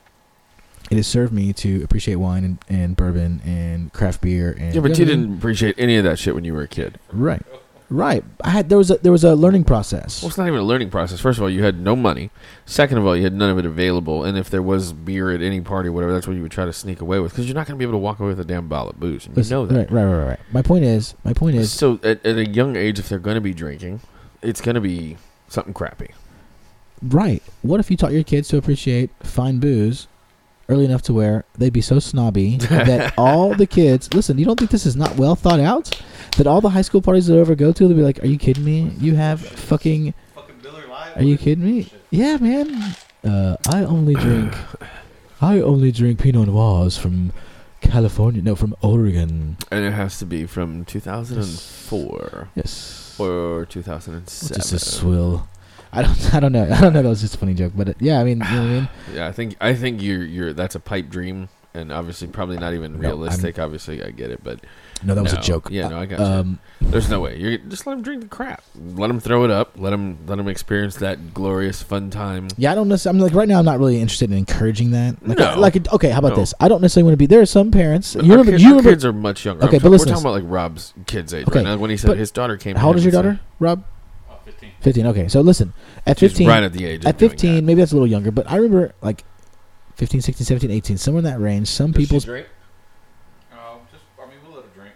It has served me to appreciate wine and, and bourbon and craft beer and
Yeah, but
know
you
what I mean?
didn't appreciate any of that shit when you were a kid.
right, right. I had there was a there was a learning process.
Well, it's not even a learning process. First of all, you had no money. Second of all, you had none of it available. And if there was beer at any party or whatever, that's what you would try to sneak away with because you're not going to be able to walk away with a damn bottle of booze. And you
Listen,
know
Right,
that.
right, right, right. My point is, my point is,
So at, at a young age, if they're going to be drinking, it's going to be something crappy.
Right. What if you taught your kids to appreciate fine booze early enough to where they'd be so snobby that all the kids listen, you don't think this is not well thought out? That all the high school parties that I ever go to, they'd be like, Are you kidding me? You have fucking
Fucking Miller Lite.
are you kidding me? Yeah, man. Uh, I only drink I only drink Pinot Noirs from California no from Oregon.
And it has to be from 2004
Yes.
or
It's
2007.
just a swill. I don't I don't know. I don't know that was just a funny joke, but uh, yeah, I mean you know what I mean?
yeah, I think I think you're you're that's a pipe dream, and obviously probably not even
No, I'm-
realistic. obviously, I get it, but
No, that was
No.
a joke.
Yeah, no, I gotcha.
Um
there's no way. You're just let them drink the crap. Let them throw it up. Let them let them experience that glorious fun time.
Yeah, I don't necessarily. I'm like right now. I'm not really interested in encouraging that. Like,
No.
like okay, how about
No.
this? I don't necessarily want to be. There are some parents.
But
You
our
remember?
kids,
you
our
remember?
kids are much younger.
Okay,
I'm
but
sorry,
listen
We're
to
talking about like Rob's kids' age
Okay,
right now. When he said
but
his daughter came. to
how old
him
is your
and said-
daughter, Rob?
Oh, 15.
Fifteen. Okay, so listen, at
She's
fifteen,
right at the age. of
at
doing
15,
that.
maybe that's a little younger, but I remember like 15, 16, 17, 18, somewhere in that range. Some
Does she
people's
drink?
Um, just, I mean, we'll let her drink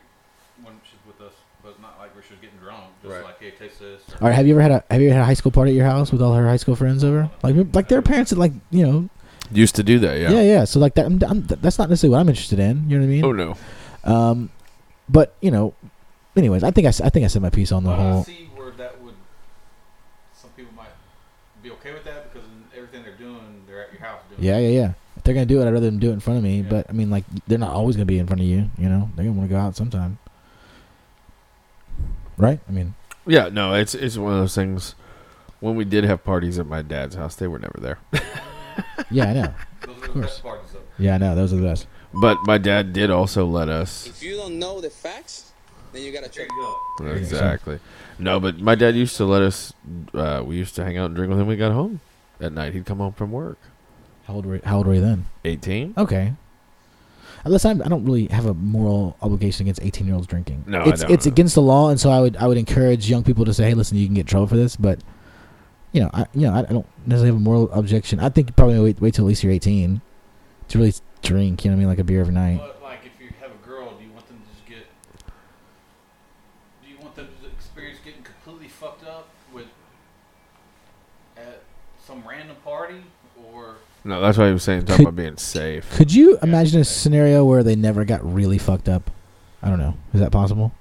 when she's with us, but it's not like where she's getting drunk. Just
Right.
like, hey, taste this.
All right, have you ever had a have you ever had a high school party at your house with all her high school friends over? Like, like there are parents that like you know,
used to do that.
yeah, yeah. So like that, I'm, I'm, that's not necessarily what I'm interested in. You know what I mean?
Oh no.
Um, but you know, anyways, I think I, s- I think I said my piece on the
But I
whole.
see where that would. Some people might be okay with that because in everything they're doing, they're at your house doing.
Yeah, yeah, yeah. If they're gonna do it, I'd rather them do it in front of me.
Yeah.
But I mean, like, they're not always gonna be in front of you. You know, they're gonna want to go out sometime, right? I mean,
Yeah, no. It's it's one of those things. When we did have parties at my dad's house, they were never there.
yeah, I know.
It. Those are the
course.
best parties though.
Yeah, I know. Those are the best.
But my dad did also let us.
If you don't know the facts, then you gotta
There
check.
you go.
Exactly. No, but my dad used to let us. Uh, we used to hang out and drink with him. when We got home at night. He'd come home from work.
How old were How old were you then?
Eighteen.
Okay. Unless I'm, I don't really have a moral obligation against 18 year olds drinking.
No, I
it's
don't,
it's
no.
against the law, and so I would I would encourage young people to say, hey, listen, you can get in trouble for this, but you know, I you know I I don't necessarily have a moral objection. I think you probably wait wait till at least you're 18 to really drink. You know what I mean, like a beer every night.
But like, if you have a girl, do you want them to just get? Do you want them to experience getting completely fucked up with at some random party, or
No, that's why he was saying
Could-
talking about being safe.
Could you imagine a scenario where they never got really fucked up? I don't know. Is that possible?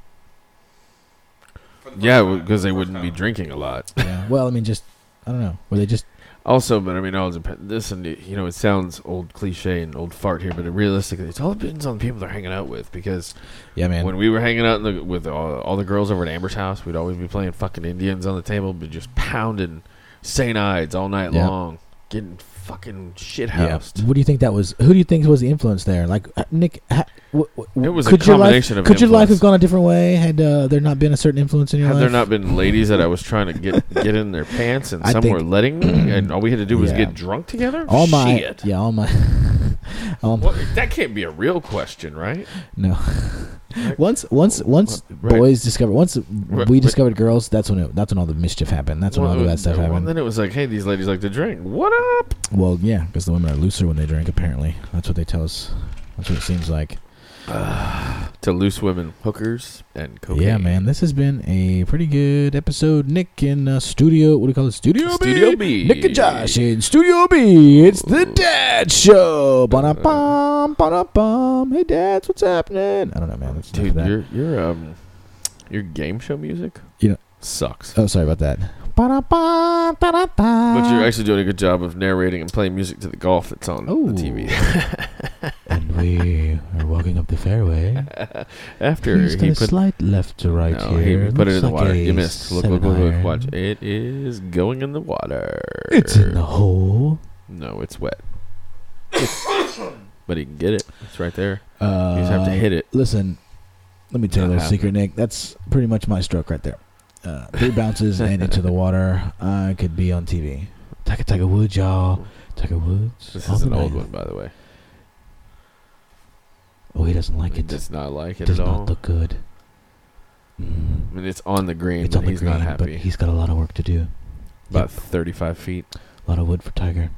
for the
Yeah,
first time,
because they
first
wouldn't be
time?
drinking a lot.
Yeah. Well, I mean, just I don't know. Were they just
Also, but I mean, all depends. This and you know, it sounds old cliche and old fart here, but realistically, it's all depends on the people they're hanging out with. Because
yeah, man.
when we were hanging out in the, with all, all the girls over at Amber's house, we'd always be playing fucking Indians on the table, but just pounding Saint Ides all night
Yeah.
long, getting fucking shit
yeah.
housed.
What do you think that was? Who do you think was the influence there? Like uh, Nick, ha, w- w-
It was a
could your life-
combination of
Could your life have
influence.
gone a different way had uh, there not been a certain influence in your
Had
life?
there not been ladies that I was trying to get get in their pants and
I
some
think-
were letting me, and all we had to do was
Yeah.
get drunk together.
all my
Shit.
yeah, all my all my-
Well, that can't be a real question, right?
no. once once once
Right.
boys discovered once we
right.
discovered girls, that's when it, that's when all the mischief happened. That's when all of that stuff
well, uh,
happened.
then it was like, hey, these ladies like to drink. What up?
Well, yeah, because the women are looser when they drink. Apparently, that's what they tell us. That's what it seems like.
To loose women, hookers, and cocaine.
Yeah, man, this has been a pretty good episode. Nick in uh, studio. What do you call it? Studio B.
Studio B.
Nick and Josh in Studio B. It's the Dad Show. Ba-da-bum, ba-da-bum. Hey, dads, what's happening? I don't know, man. That's enough
Dude,
of that.
your your um your game show music
You know-
sucks.
Oh, sorry about that. Ba-da-bum, ba-da-bum.
but you're actually doing a good job of narrating and playing music to the golf that's on
Ooh.
the TV.
and we are walking up the fairway.
After
He's got
he
a
put
slight left to right
no,
here.
he put
Looks
it in the
like
water.
a
You missed. Look, look,
seven
look, look.
iron.
Watch. It is going in the water.
It's in the hole.
No, it's wet. but he can get it. It's right there.
Uh,
You just have to hit it.
Listen, let me tell you a
Not
little secret, Nick. That's pretty much my stroke right there. Uh, three bounces and into the water. I could be on TV. Tiger, Tiger Woods, y'all. Tiger Woods.
This
all
is
the
an old
way.
one, by the way.
Oh, he doesn't like
He
it.
does not like it
does
at
not
all.
look good. Mm.
I mean, it's on the green,
It's
but
on the
he's
green,
not
but
happy.
he's got a lot of work to do.
About 35 feet.
A lot of wood for Tiger.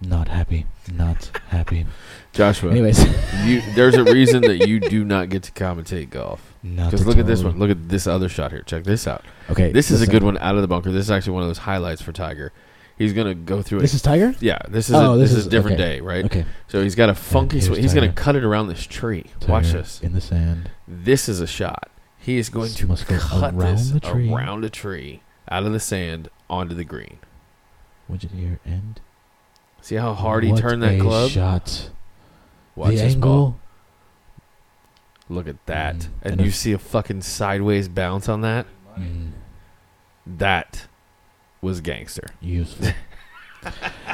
Not happy. Not happy.
Joshua,
Anyways,
you, there's a reason that you do not get to commentate golf.
not
Because
at
look at this
all.
one. Look at this other shot here. Check this out.
Okay,
This is a
listen.
good one out of the bunker. This is actually one of those highlights for Tiger. He's gonna go through
This
it.
is Tiger.
yeah, this is
Oh,
a,
this
this, is
is-
a different
okay.
day, right?
Okay.
So he's got a funky.
here's
Sw- he's gonna
Tiger.
cut it around this tree. Watch
Tiger
this.
in the sand.
This is a shot. He is going
This
to
must go
cut
around
this
the tree.
around a tree, out of the sand, onto the green.
Widget here and
See how hard he
What
turned that
a
club.
Shot.
Watch
the
this ball.
angle.
Look at that.
Mm,
And,
and
you
if-
see a fucking sideways bounce on that?
Mm,
That was gangster.
useful.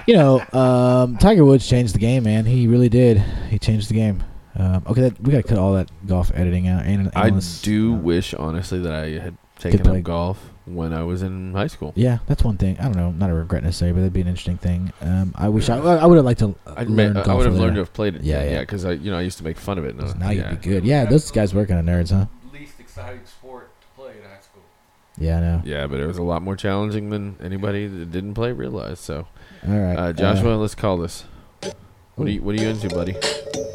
you know, um, Tiger Woods changed the game, man. He really did. He changed the game. Um, okay, that, we gotta cut all that golf editing out. And, and
I
let's-
do
uh,
wish, honestly, that I had taken
play.
up golf when I was in high school.
Yeah, that's one thing. I don't know, not a regret necessarily, but that'd be an interesting thing. Um, I wish I, I would have liked to uh,
I'd ma-
learn golf.
I would have
a
learned to
little.
have played it.
Yeah,
Yeah,
yeah.
yeah, because I, you know, I used to make fun of it.
So
And,
Now
I-
you'd
yeah.
be good. Yeah, those guys working on nerds, huh?
Least exciting sport to play in high school.
Yeah, I know.
Yeah, but it was a lot more challenging than anybody that didn't play realized. So,
All right,
uh, Joshua, let's call this. What are you What are you into, buddy?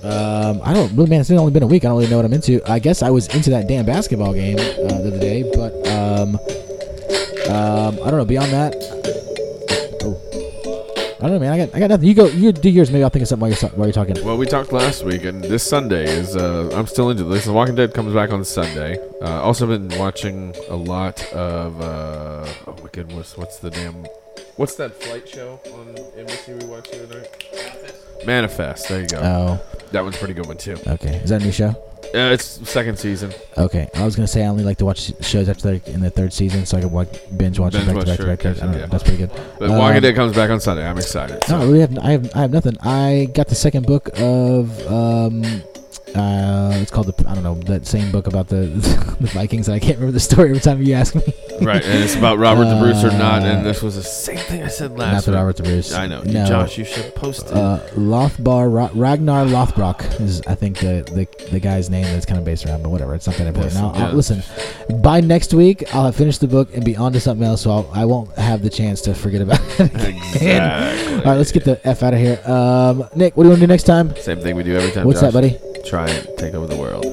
Um, I don't really, man. It's only been a week. I don't really know what I'm into. I guess I was into that damn basketball game uh, the other day, but um, um, I don't know. Beyond that, oh, I don't know, man. I got, I got nothing. You go, you do yours. Maybe I'll think of something while you're, while you're talking.
Well, we talked last week, and this Sunday is. Uh, I'm still into this. The Walking Dead comes back on Sunday. Uh, also, been watching a lot of. Uh, oh my goodness, what's the damn? What's that flight show on NBC we watched the other night? Manifest. There you go.
Oh,
that one's a pretty good one too.
okay. Is that a new show?
Uh, it's second season.
Okay, I was gonna say I only like to watch shows after they're in the third season, so I can watch, binge watch it
Binge
back
watch,
to back
sure,
to back. to back.
catch it,
I don't know.
yeah.
That's pretty good.
But Walking
Um,
Dead comes back on Sunday. I'm excited.
No, I really have. I have. I have nothing. I got the second book of. Um, uh, it's called the. I don't know that same book about the the Vikings. And I can't remember the story every time you ask me.
right, and it's about Robert the Bruce or not.
Uh,
And this was the same thing I said
Not
last.
that
week.
Robert the Bruce.
I know,
No.
Josh. You should post it.
Uh, Lothbar Ra- Ragnar Lothbrok is I think the, the the guy's name that's kind of based around, but whatever. It's something important.
Listen,
Now, I'll,
yeah.
listen. By next week, I'll have finished the book and be on to something else, so I'll, I won't have the chance to forget about it. again.
Exactly.
All right, let's get the f out of here. Um, Nick, what do you want to do next time?
Same thing we do every time.
What's
Josh.
that, buddy?
Try and take over the world.